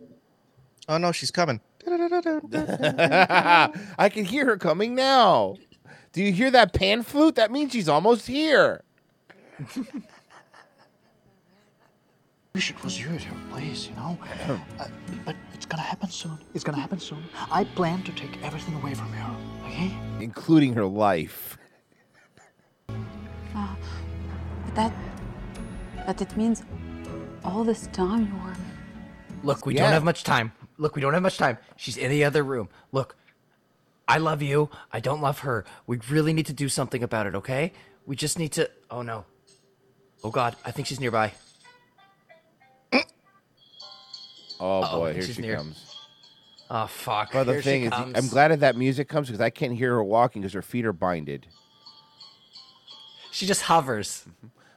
Oh no, she's coming.
[laughs] I can hear her coming now. Do you hear that pan flute? That means she's almost here.
wish it was yours, your place, you know? uh, but it's gonna happen soon. It's gonna happen soon. I plan to take everything away from her, okay?
Including her life.
Ah, but that that it means all this time you were
Look, we
Yeah.
don't have much time. Look, we don't have much time. She's in the other room. Look, I love you. I don't love her. We really need to do something about it, okay? We just need to. Oh no. Oh god, I think she's nearby.
Oh
Uh-oh,
boy, here
she's
she
near.
comes.
Oh fuck.
Well, the
Here she
thing is,
comes.
I'm glad that that music comes because I can't hear her walking because her feet are binded.
She just hovers.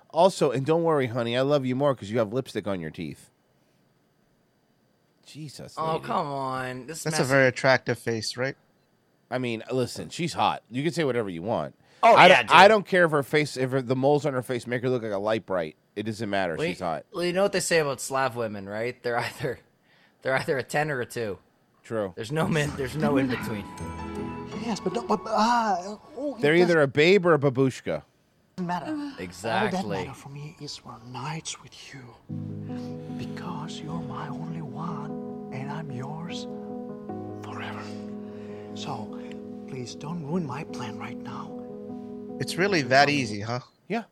Also, and don't worry, honey, I love you more because you have lipstick on your teeth. Jesus.
Oh
lady.
come on. This
That's a
mess-
very attractive face, right?
I mean, listen, she's hot. You can say whatever you want.
Oh,
I
yeah,
don't,
dude.
I don't care if her face, if her, the moles on her face make her look like a light bright. It doesn't matter.
Well,
she's
you-
hot.
Well, you know what they say about Slav women, right? They're either they're either a ten or a two.
True.
There's no min. There's no in between.
Yes, but don't. But, ah, oh, it
They're
doesn't
either a babe or a babushka.
matter. All
Exactly.
that matter for me is for nights with you. Because you're my only one, and I'm yours forever. So, please don't ruin my plan right now.
It's really that easy, huh?
Yeah.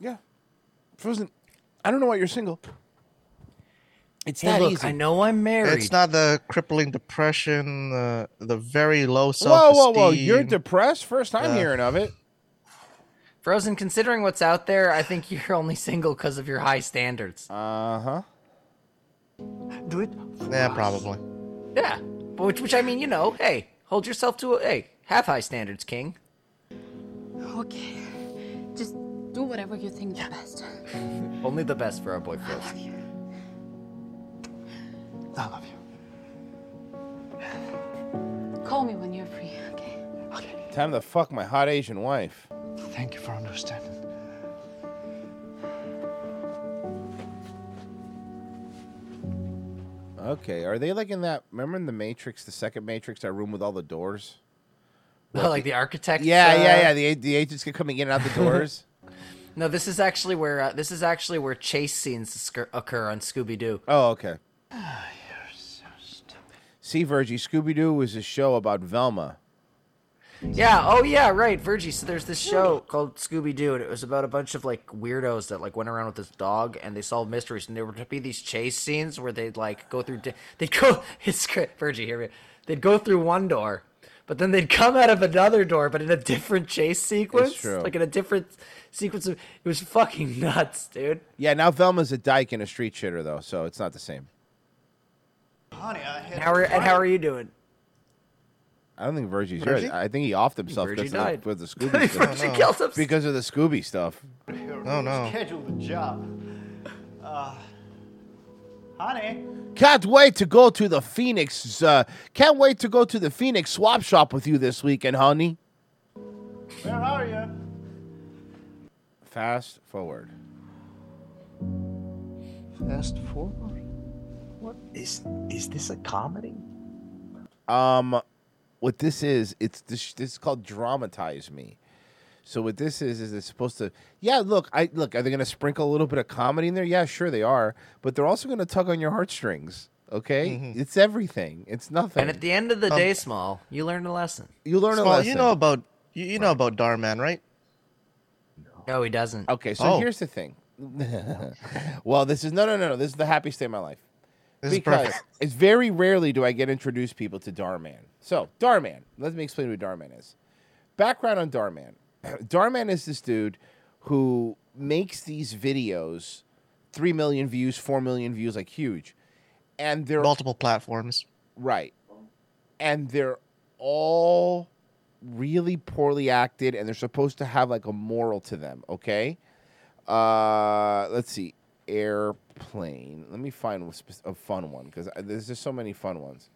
Yeah. Frozen. I don't know why you're single. It's
Hey,
that
look,
easy.
I know I'm married.
It's not the crippling depression, the the very low
Whoa,
self
whoa, whoa! You're depressed. First time
Yeah.
hearing of it.
Frozen, considering what's out there, I think you're only single because of your high standards.
Uh huh.
Do it.
yeah, probably.
Yeah, but which, which I mean, you know, hey, hold yourself to a hey, have high standards, King.
okay. Just do whatever you think is best.
[laughs] Only the best for our boy Frozen.
I love you.
Call me when you're free, okay?
Time to fuck my hot Asian wife.
Thank you for understanding.
Okay, are they like in that? Remember in the Matrix, the second Matrix, that room with all the doors?
Oh, [laughs] like the architect.
Yeah, yeah,
uh,
yeah. The a- the agents keep coming in and
[laughs]
out the doors.
No, this is actually where uh, this is actually where chase scenes scur- occur on Scooby Doo.
oh,
[sighs]
okay. See, Virgie, Scooby Doo was a show about Velma.
Yeah. Oh, yeah. Right, Virgie. So there's this show called Scooby Doo, and it was about a bunch of like weirdos that like went around with this dog and they solved mysteries. And there would be these chase scenes where they'd like go through. Di- they'd go. [laughs] It's great. Virgie, hear me. They'd go through one door, but then they'd come out of another door, but in a different chase sequence.
true.
Like in a different sequence of. It was fucking nuts, dude.
Yeah, now Velma's a dyke and a street shitter though, so it's not the same.
Honey, I
And how are and how are you doing?
I don't think Virgie's
Virgie?
here. I think he offed himself
Virgie
because of the,
died. [laughs]
with the Scooby stuff.
Virgie killed himself.
Because of the Scooby stuff.
No, Oh, no.
[laughs] Schedule the job. Uh, honey.
Can't wait to go to the Phoenix. Uh, can't wait to go to the Phoenix swap shop with you this weekend, honey.
Where are you?
Fast forward.
Fast forward. What
is is this a comedy? Um, what this is, it's this. This is called dramatize me. So what this is is it's supposed to. Yeah, look, I look. Are they going to sprinkle a little bit of comedy in there? Yeah, sure they are, but they're also going to tug on your heartstrings. Okay, it's everything. It's nothing.
And at the end of the
Um,
day, small, you learned a lesson.
You learn a
Small,
lesson.
you know about you, you know about Darman, right?
No, he doesn't.
Okay, so
Oh.
here's the thing. [laughs] well, this is no, no, no, no. This is the happiest day of my life.
This is
because
perfect.
it's very rarely do I get introduced people to Darman. So Darman, let me explain who Darman is. Background on Darman. [clears throat] Darman is this dude who makes these videos, three million views, four million views, like huge, and they're
Multiple platforms.
Right. And they're all really poorly acted and they're supposed to have like a moral to them, okay? Uh let's see. Airplane. Let me find a spec- a fun one cuz there's just so many fun ones.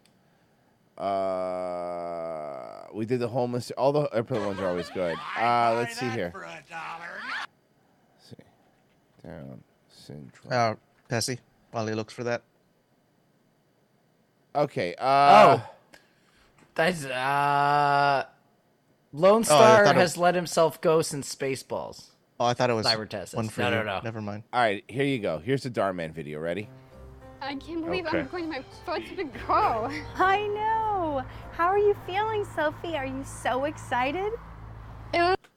Uh we did the homeless all the airplane ones are always good. Uh let's see here. see. Down syndrome.
Uh, Pessy, while he looks for that.
Okay. Uh,
oh, that's uh,
Oh,
Lone
I
Star
thought it-
has let himself go since Spaceballs.
Oh, I thought it was
Cyber test.
One for
No,
you.
no, no. [laughs]
Never mind.
All right, here you go. Here's the Darman video. Ready?
I can't believe I'm
Okay.
going to my first big go.
I know. How are you feeling, Sophie? Are you so excited?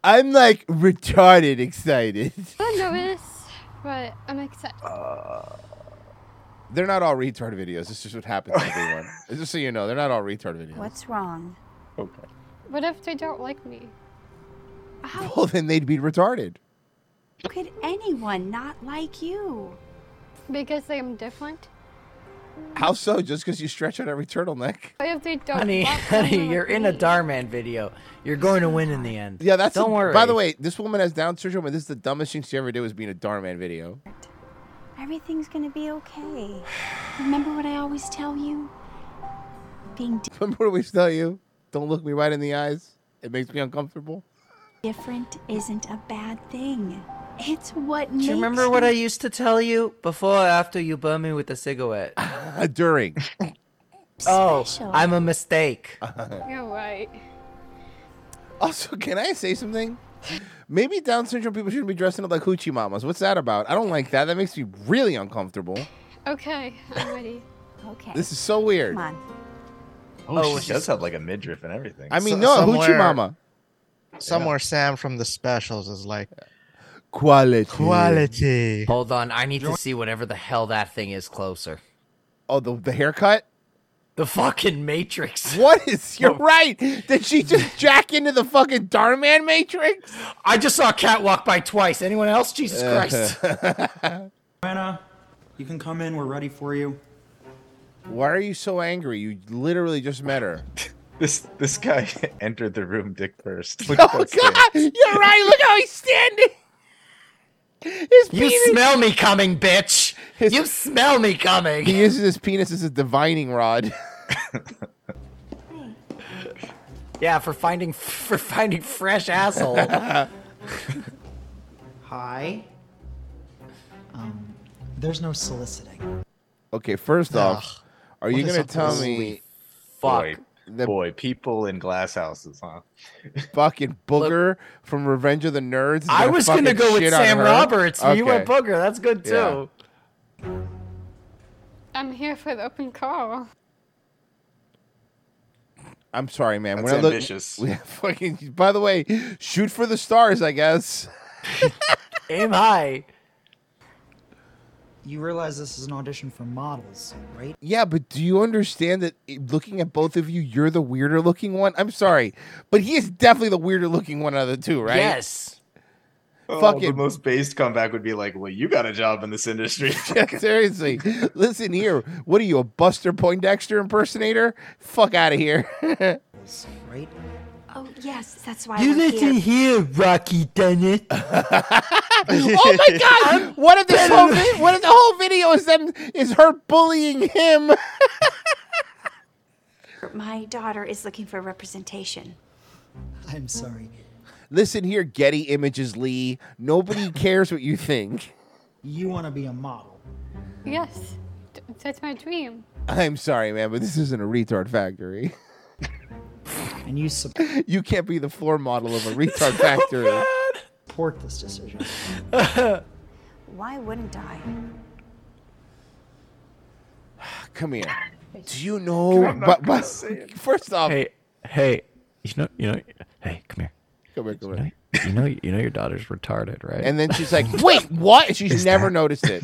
I'm like retarded excited. [laughs]
I'm nervous, but I'm excited.
Uh,
They're not all retard videos. This is what happens to [laughs] everyone. Just so you know, they're not all retard videos.
What's wrong?
Okay.
What if they don't like me?
Well, then they'd be retarded.
Could anyone not like you?
Because I am different?
How so? Just because you stretch out every turtleneck?
What if they don't
Honey,
want
honey,
someone
you're
like
in a
me?
Darman video. You're going to win in the end.
Yeah, that's.
Don't
a-
worry.
By the way, this woman has Down syndrome, and this is the dumbest thing she ever did was being a Darman video.
Everything's gonna be okay. Remember what I always tell you? Being di-
Remember what we tell you? Don't look me right in the eyes. It makes me uncomfortable.
different isn't a bad thing. It's what
do
makes
you remember what I used to tell you before or after you burned me with
[laughs]
a cigarette?
During.
oh,
Special.
I'm a mistake.
You're right.
[laughs] Also, can I say something? Maybe Down syndrome people shouldn't be dressing up like hoochie mamas. What's that about? I don't like that. That makes me really uncomfortable.
Okay, I'm ready.
okay.
This is so weird.
Oh,
Oh,
she
she's-
does have like a midriff and everything.
I mean,
So-
no, hoochie
somewhere-
mama.
Somewhere, Sam from the specials is like,
Quality.
Quality.
Hold on, I need to see whatever the hell that thing is closer.
Oh, the the haircut?
The fucking
[laughs]
Matrix.
What is? You're right. Did she
[laughs]
just jack into the fucking Darman Matrix? Uh,
I just saw Cat walk by twice. Anyone else? Jesus [laughs] Christ.
Joanna, you can come in. We're ready for you.
Why are you so angry? You literally just met her.
[laughs] this this guy [laughs] entered the room dick
[laughs]
first. Look at
[laughs] oh
that
God!
stare.
You're right. Look how he's standing. His
You
penis-
smell me coming, bitch. you smell me coming.
He uses his penis as a divining rod. [laughs]
Yeah, for finding [laughs] for finding fresh asshole.
[laughs] Hi. Um, there's no soliciting.
okay, first off, are you
What is
gonna
up with
tell
this?
me?
Boy, boy, people in glass houses, huh? [laughs]
Fucking booger from Revenge of the Nerds. is
I was gonna
fucking
go with
shit on
Sam
her?
Roberts. You went
Okay.
Booger. That's good too.
Yeah.
I'm here for the open call.
I'm sorry, man.
That's
when I look,
ambitious.
[laughs] Yeah, fucking. By the way, shoot for the stars, I guess.
[laughs] Aim high.
You realize this is an audition for models, right?
Yeah, but do you understand that i- looking at both of you, you're the weirder looking one? I'm sorry, but he is definitely the weirder looking one out of the two, right?
Oh,
Fuck
the
it.
most based comeback would be like, "Well, you got a job in this industry."
[laughs]
[laughs]
Seriously. Listen here. What are you, a Buster Poindexter impersonator? Fuck out of here. [laughs]
Right?
Oh yes, that's why
You
we're
listen
here.
here, Rocky
[laughs]
Dennett.
oh my
[laughs]
god! What if this whole vi- what if the whole video is them is her bullying him?
[laughs] My daughter is looking for
[laughs]
representation.
I'm sorry.
Listen here, Getty Images Lee. Nobody
[laughs]
cares what you think.
You want to be a model.
Yes, th- that's my dream.
I'm sorry, man, but this isn't a retard factory.
And you support
[laughs] You can't be the floor model of a retard factory.
this decision.
Why wouldn't I?
Ah, Come here. Do you know? But, but first off,
Hey, hey, you know, you know, hey, come here.
Come here, come here.
You know, you know, your daughter's retarded, right?
and then
[laughs]
she's like, "Wait, what?" And she's never noticed it.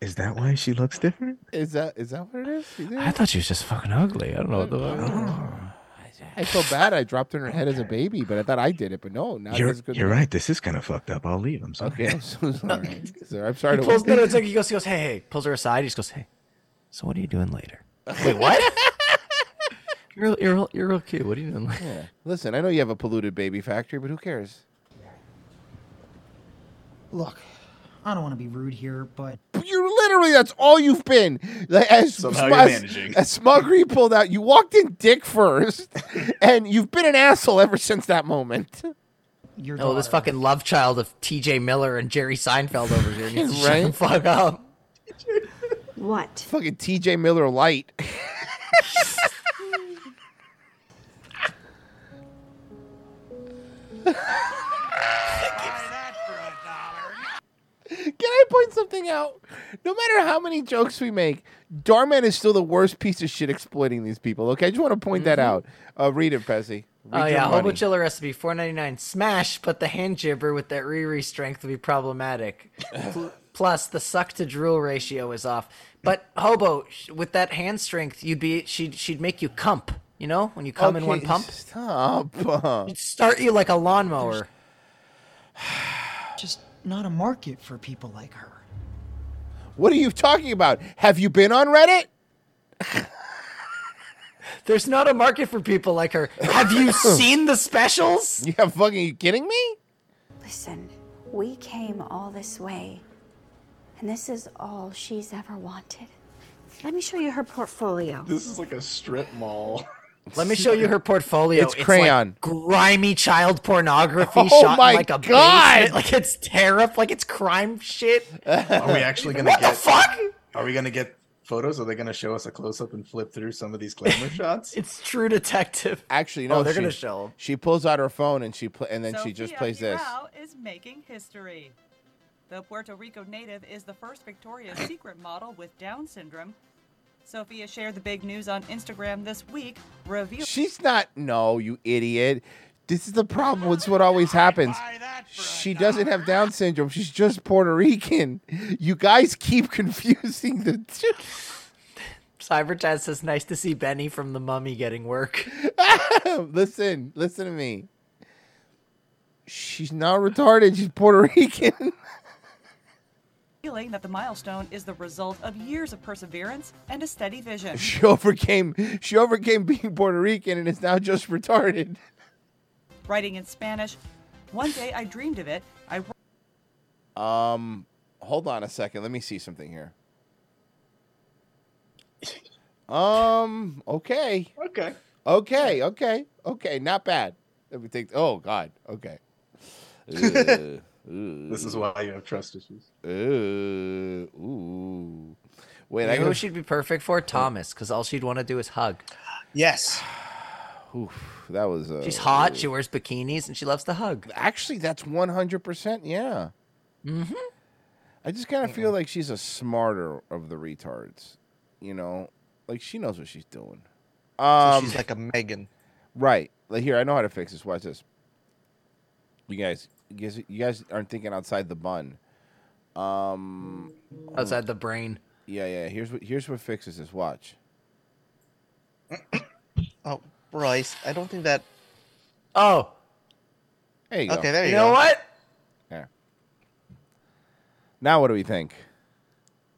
Is that why she looks different?
Is that is that what it is? You think?
I thought she was just fucking ugly. I don't know what the fuck.
I felt bad. I dropped her in her head as a baby, but I thought I did it. But no, now
You're,
it's good.
you're right. This is kind of fucked up. I'll leave. I'm sorry.
Okay, I'm so sorry. Sir, I'm sorry.
He
to- [laughs]
pulls no, no, it's like he goes, he goes, hey, hey, pulls her aside. He just goes, hey,
So what are you doing
[laughs]
later?
wait, what?
You're you're real- you're real cute. What are you doing later?
Yeah. Listen, I know you have a polluted baby factory, but who cares?
Look, I don't want to be rude here, but
You're literally that's all you've been. Like, as
Somehow
Smu-
you're
as-
managing.
As Smuggery pulled out, you walked in dick first, [laughs] and you've been an asshole ever since that moment.
your
Oh, this
daughter-
fucking love child of T.J. Miller and Jerry Seinfeld over
[laughs]
here needs to shut
Right?
the fuck up.
What?
Fucking T.J. Miller light. [laughs] Can I point something out? No matter how many jokes we make, Darman is still the worst piece of shit exploiting these people. Okay, I just want to point
Mm-hmm.
that out. Uh, read it, Pezzy.
Oh yeah, Hobo Chiller recipe four ninety nine. Smash, but the hand jibber with that Riri strength would
[laughs]
be problematic. Pl- Plus, the suck to drool ratio is off. But Hobo, sh- with that hand strength, you'd be she'd she'd make you cump. You know, when you come in one
Okay,
pump.
stop.
[laughs] She'd start you like a lawnmower.
Just not a market for people like her.
What are you talking about? Have you been on Reddit?
There's not a market for people like her.
[laughs]
Have you seen the specials?
Yeah, fucking you kidding me?
Listen, we came all this way, and this is all she's ever wanted. Let me show you her portfolio.
This is like a strip mall.
[laughs] Let me show you her portfolio.
It's crayon.
like grimy child pornography
Oh
shot in
my
like a
God.
basement. [laughs] Like it's terrible. Like it's crime shit. [laughs]
Are we actually gonna
What
get
the fuck?
Are we gonna get photos? Are they gonna show us a close up and flip through some of these [laughs] glamour shots?
It's True Detective.
Actually, no.
Oh, they're
she-
gonna show 'em.
She pulls out her phone and she pl- and then she just
Sofia
plays this.
Urao is making history. The Puerto Rico native is the first
[coughs]
Victoria's Secret model with Down syndrome. Sophia shared the big news on Instagram this week, revealing
She's not. No, you idiot. This is the problem. It's what always happens. She doesn't have Down syndrome. She's just Puerto Rican. You guys keep [laughs] confusing the two.
Cyberchat says, "Nice to see Benny from the Mummy getting work."
[laughs] listen, listen to me. She's not retarded. She's Puerto Rican. [laughs]
revealing that the milestone is the result of years of perseverance and a steady
[laughs]
vision.
She overcame. She overcame being Puerto Rican and is now just retarded.
Writing in Spanish, one day I dreamed of it. I worked
Um, hold on a second. Let me see something here. Um. Okay.
Okay.
Okay. Okay. Okay. Not bad. Let me take. Oh God. Okay. Uh,
This is why you have trust issues.
uh, ooh. Wait.
you
I
know
gotta-
who she'd be perfect for? Thomas, because all she'd want to do is hug.
Yes.
[sighs] Oof, that was. Uh,
She's hot. She wears bikinis, and she loves to hug.
Actually, that's one hundred percent. Yeah.
Mm-hmm.
I just kind of feel like she's a smarter of the retards. You know, like she knows what she's doing.
So
Um,
she's like a Megan.
Right. Like here, I know how to fix this. Watch this. You guys, you guys, you guys aren't thinking outside the bun. Um,
outside the brain.
Yeah, yeah. Here's what here's what fixes this. Watch.
[coughs] Oh, Bryce, I don't think that.
Oh.
There you go.
okay, there you,
You know
go.
what?
There. Now what do we think?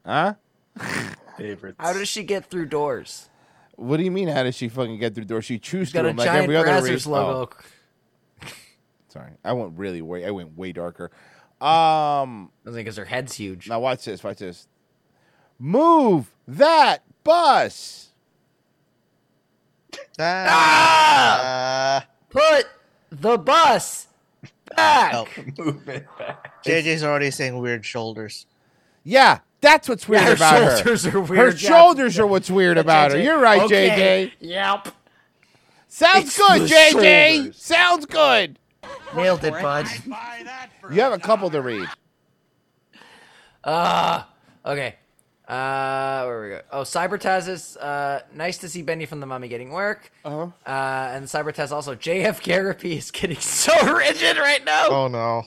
Huh?
Favorites.
How does she get through doors?
[laughs] What do you mean? How does she fucking get through doors? She chews
She's got
through
a
'em like
giant
every other
Brazzers
race-
logo.
Oh, sorry, I went really way. I went way darker. Um,
I think because her head's huge.
Now watch this. Watch this. Move that bus.
Ah! Put the bus
[laughs]
back.
move it back.
JJ's already saying weird shoulders.
Yeah, that's what's weird
her
about her.
shoulders are
Her
weird, yeah.
shoulders are what's weird about her. You're right, JJ.
Yep.
Sounds
It's
good,
the
JJ.
shoulders.
Sounds good.
Nailed it, bud.
You have a couple to read.
Ah, okay. Uh, where we go? Oh, Cybertaz's. Uh, nice to see Benny from the Mummy getting work.
Uh-huh.
Uh, and Cybertaz also. JF Garapi is getting [laughs] so rigid right now.
Oh no.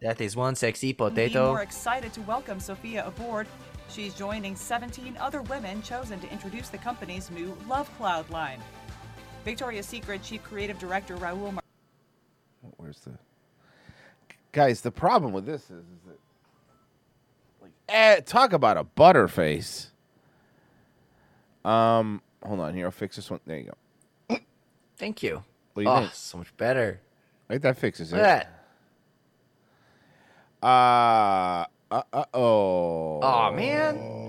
That is one sexy
being
potato.
more excited to welcome Sophia aboard. She's joining 17 other women chosen to introduce the company's new Love Cloud line. Victoria's Secret Chief Creative Director Raul Mar-
Where's the guys? The problem with this is, is that like eh, talk about a butterface. Um, hold on here. I'll fix this one. There you go.
Thank you.
What do you
oh,
think?
so much better.
Right, that fixes
Look
it.
at
Uh, uh oh.
Aw, man.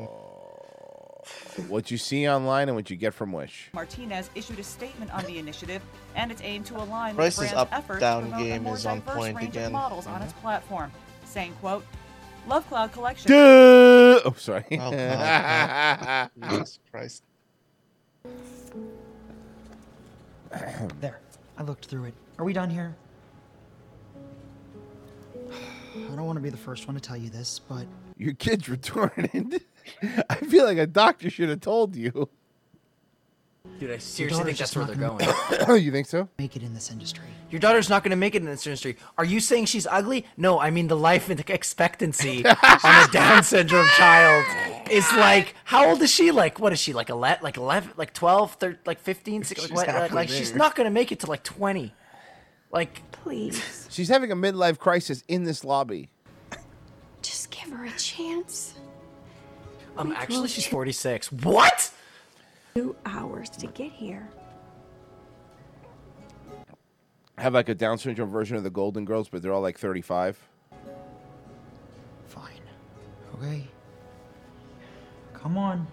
What you see online and what you get from Wish.
Martinez issued a statement on the initiative and its aim to align
Bryce's
with the brand's efforts
up-down
to promote a
game
more
is on
diverse
point
range
again. Mm-hmm.
of models on its platform, saying, quote, Love Cloud Collection. Oh, [laughs]
Duh! Oh, sorry. [laughs]
Oh, God. Jesus Christ.
there. I looked through it. Are we done here? I don't want to be the first one to tell you this, but
Your kid's [laughs] retarded. I feel like a doctor should have told you.
Dude, I
seriously think that's where they're going.
[coughs] Oh, you think so?
Make it in this industry.
Your daughter's not going to make it in this industry. Are you saying she's ugly? No, I mean the life
[laughs]
[laughs] expectancy on a Down syndrome child is like how old is she? Like what is she? Like 11, like 11, like 12, thir like 15, 16,
She's
what, like,
halfway
like she's
there.
not going to make it to like 20. Like
please.
She's having a midlife crisis in this lobby.
Just give her a chance.
Um,
We
actually,
drove
she's
two-
46. What?
Two hours to get here.
Have like a Down syndrome version of the Golden Girls, but they're all like 35.
Okay. Come on.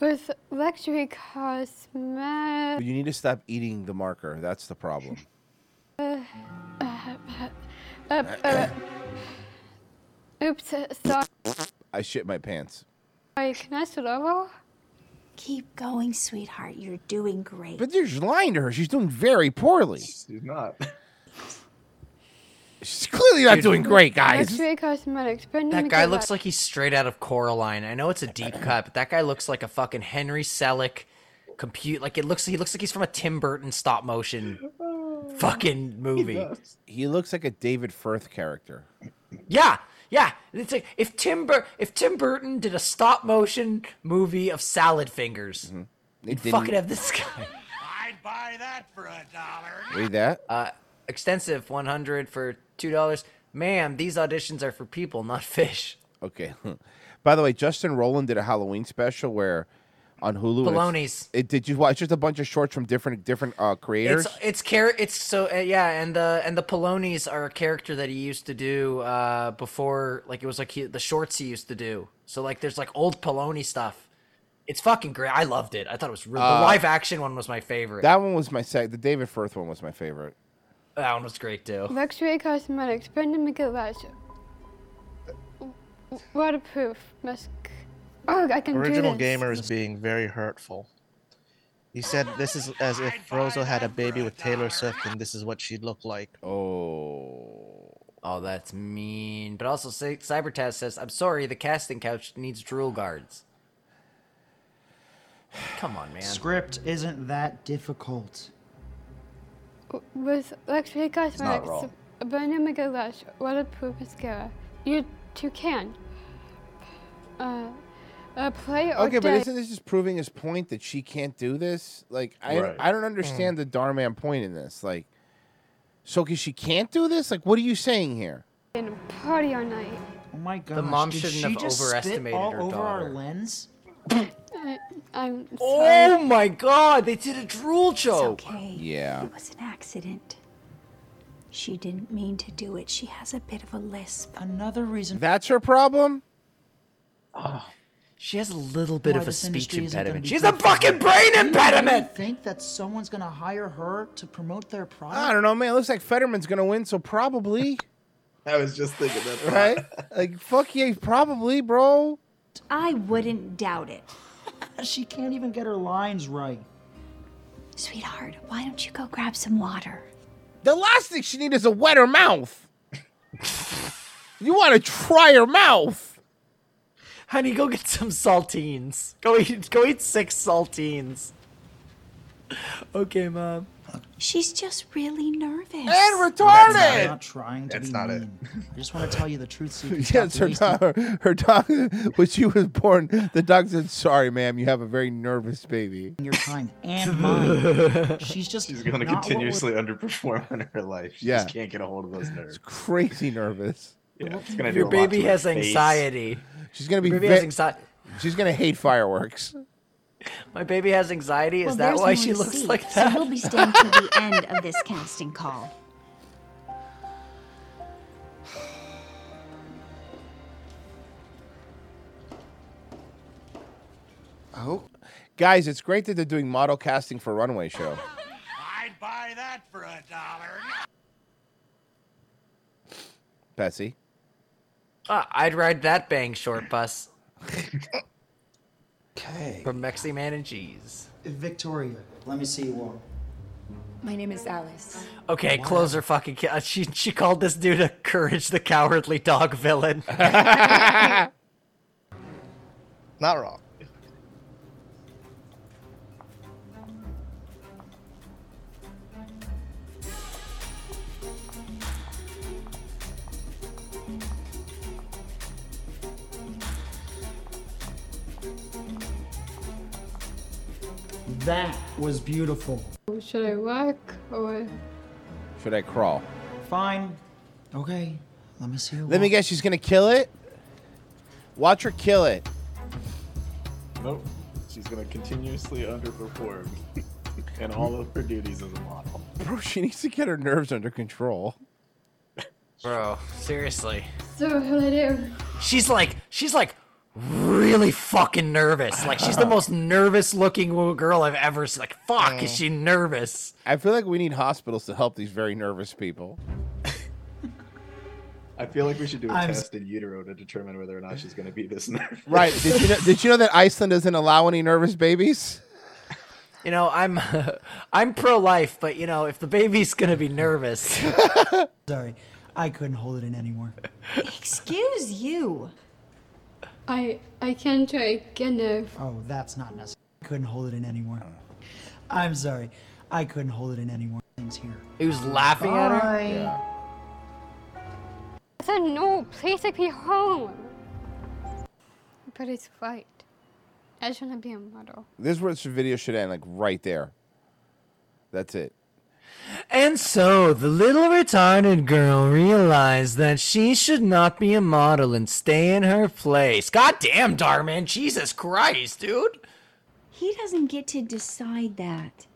With luxury cars, ma-
But you need to stop eating the marker. That's the problem.
uh, uh, [laughs] uh, uh, oops, uh, sorry.
I shit my pants.
Can I start over?
Keep going, sweetheart. You're doing great.
But you're just lying to her. She's doing very poorly. She's
not.
[laughs] She's clearly not
Dude.
doing great, guys.
Luxury cosmetics. Brand
That guy looks like he's straight out of Coraline. I know it's a deep cut, but that guy looks like a fucking Henry Selick compute. Like it looks, he looks like he's from a Tim Burton stop motion fucking movie.
He looks like a David Firth character.
Yeah, yeah. It's like if Tim Bur- if Tim Burton did a stop motion movie of salad fingers,
It
you'd
Mm-hmm. didn't-
fucking have this guy.
Read that.
[laughs] Uh, extensive one hundred for two dollars. Ma'am, these auditions are for people, not fish.
Okay. [laughs] By the way, Justin Roland did a Halloween special where on Hulu. and it's-
Baloney's.
It, did you watch just a bunch of shorts from different different uh, creators?
It's it's char- it's so uh, yeah, and the and the Polonies are a character that he used to do uh, before, like it was like he, the shorts he used to do. So like there's like old Poloni stuff. It's fucking great. I loved it. I thought it was really
Uh,
the live action one was my favorite.
that one was my sec. The David Firth one was my favorite.
That one was great too.
Luxury cosmetics. Brandon McGillage. Waterproof mask. Oh, I can
Original
do this.
gamer is being very hurtful. He said this is as if Rosa had a baby with Taylor Swift and this is what she'd
[laughs]
look like.
Oh.
Oh, that's mean. But also, Cy- Cybertaz says, "I'm sorry, the casting couch needs drool guards." Come on, man.
Script isn't that difficult.
With luxury cosmetics.
wrong.
Brandon McGillage. Waterproof mascara. You two can. Uh, uh, play or
Okay, but
die.
isn't this just proving his point that she can't do this? Like, I
Right.
I don't
Hmm.
understand the Darman point in this. Like, so because she can't do this, like, what are you saying here?
And party all night.
Oh my god.
The mom
did
shouldn't
she
have
just spit
overestimated
all
her
over our
daughter.
lens?
I, Uh, I'm sorry.
Oh my god, they did a drool joke.
Okay.
Yeah.
It was an accident. She didn't mean to do it. She has a bit of a lisp.
Another reason.
That's her problem.
She has a little bit
Why
of a
this
speech
industry isn't gonna
impediment.
be
She has
good
a
for
fucking
her.
brain
Do you
impediment.
really think that someone's gonna hire her to promote their product?
I don't know, man. It looks like Fetterman's gonna win, so probably.
I was just thinking that.
right? Like, fuck yeah, probably, bro.
I wouldn't doubt it.
[laughs] she can't even get her lines right.
Sweetheart, why don't you go grab some water?
The last thing she needs is a wetter mouth. you want to try her mouth?
Honey, go get some saltines. Go eat. Go eat six saltines. Okay, mom.
She's just really nervous.
And
That's
retarded.
not trying to be mean. I just want to tell you the truth [laughs] so you can stop
[laughs] Yes, her
wasting
dog, her dog, [laughs] when she was born, the dog said, Sorry, ma'am, you have a very nervous baby.
your
[laughs]
time and mine. She's just
She's going to
not what
continuously underperform in her life. She
Yeah.
just can't get a hold of those nerves.
Crazy nervous.
Yeah, it's gonna do
Your
a lot
baby
to her
has
face.
anxiety.
She's gonna be
Your baby has
ve-
anxiety.
She's gonna hate fireworks.
My baby has anxiety. Is
Well,
that
there's no
why she
one to
looks
see,
like
So
that?
we'll be
[laughs]
staying till the end of this casting call.
Oh. Guys, it's great that they're doing model casting for runway show.
I'd buy that for a dollar.
Betsy.
Uh,
Ah, I'd ride that bang short bus.
Okay.
From Mexi Man and Cheese.
Victoria, let me see you walk.
My name is Alice.
Okay, close her fucking. Ca- uh, she she called this dude a courage the cowardly dog villain.
Not wrong.
That was beautiful.
Should I walk or?
Should I crawl?
Fine. Okay. Let me see.
Let me guess, she's gonna kill it. Watch her kill it.
Nope. She's gonna continuously underperform in all of her duties as a model.
Bro, she needs to get her nerves under control.
Bro, seriously.
So what do I do?
She's like, she's like really fucking nervous. Like she's
[laughs]
the most nervous looking girl I've ever seen. Like fuck, is she nervous?
Mm. I feel like we need hospitals to help these very nervous people.
I feel like we should do a
I'm s-
test in utero to determine whether or not she's gonna be this nervous.
Right? Did you know, did you know that Iceland doesn't allow any nervous babies?
You know,
[laughs]
I'm I'm pro life, but you know, if the baby's gonna be nervous,
[laughs] Sorry, I couldn't hold it in anymore.
Excuse you. I I can try again now.
Oh, that's not necessary. I couldn't hold it in anymore. I'm sorry, I couldn't hold it in anymore. Things here.
He was laughing at her?
Bye.
I said no. Please take me home. But it's right. I just want to be a model.
This is where this video should end, like right there. That's it.
And so the little retarded girl realized that she should not be a model and stay in her place. God damn, Darman, Jesus Christ, dude.
He doesn't get to decide that.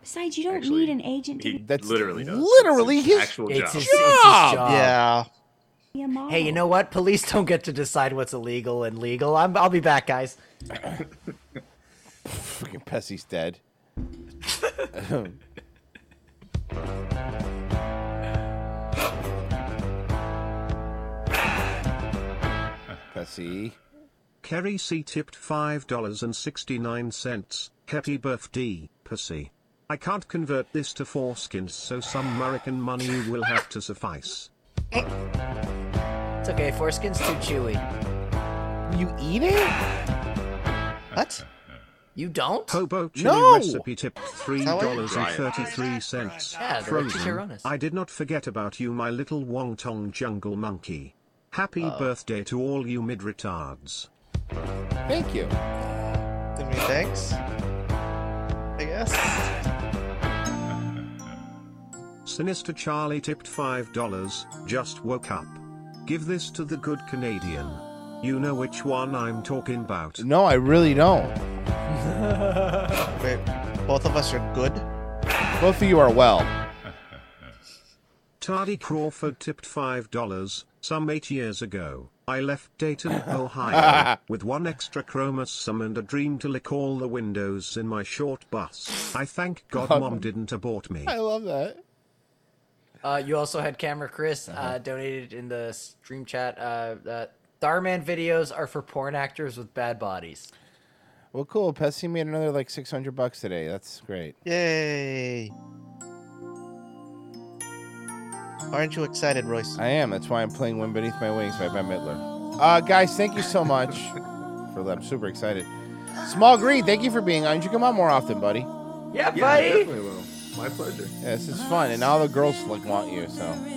Besides, you don't need an agent to
He literally does.
literally
It's
his-
actual
it's
job.
his-
Yeah.
be a model.
Hey, you know what? Police don't get to decide what's illegal and legal. I'm, I'll be back, guys.
Fucking Pessy's
[laughs]
dead. [laughs] Pessy.
Kerry C tipped $5.69. Happy birthday, pussy. I can't convert this to foreskins, so some American money will have to suffice.
It's okay, foreskin's too chewy.
You eat it?
What? You don't?
Hobo chili recipe tipped three
how I
dollars and
drive.
thirty-three cents.
Yeah, they're chicharrones.
I did not forget about you, my little Wong Tong jungle monkey. Happy birthday to all you mid retards.
Thank you.
I mean, thanks. I
[laughs]
guess.
Sinister Charlie tipped five dollars. Just woke up. Give this to the good Canadian. You know which one I'm talking about.
No, I really don't.
[laughs] Wait, both of us are good.
Both of you are well.
Tardy Crawford tipped five dollars some eight years ago. I left Dayton,
[laughs]
Ohio, with one extra chromosome and a dream to lick all the windows in my short bus. I thank God Mom didn't abort me.
I love that.
Uh, you also had Camera Chris
Uh-huh.
uh, donated in the stream chat. Uh, that Darman videos are for porn actors with bad bodies.
Well, cool. Pessy made another like 600 bucks today. That's great.
Yay! Aren't you excited, Royce?
I am. That's why I'm playing Wind Beneath My Wings by Ben Midler. Uh, guys, thank you so much.
[laughs]
for I'm super excited. Small Green, thank you for being on. You should come on more often, buddy.
Yeah,
buddy. Definitely will. My pleasure.
Yeah, this is fun, and all the girls like want you. So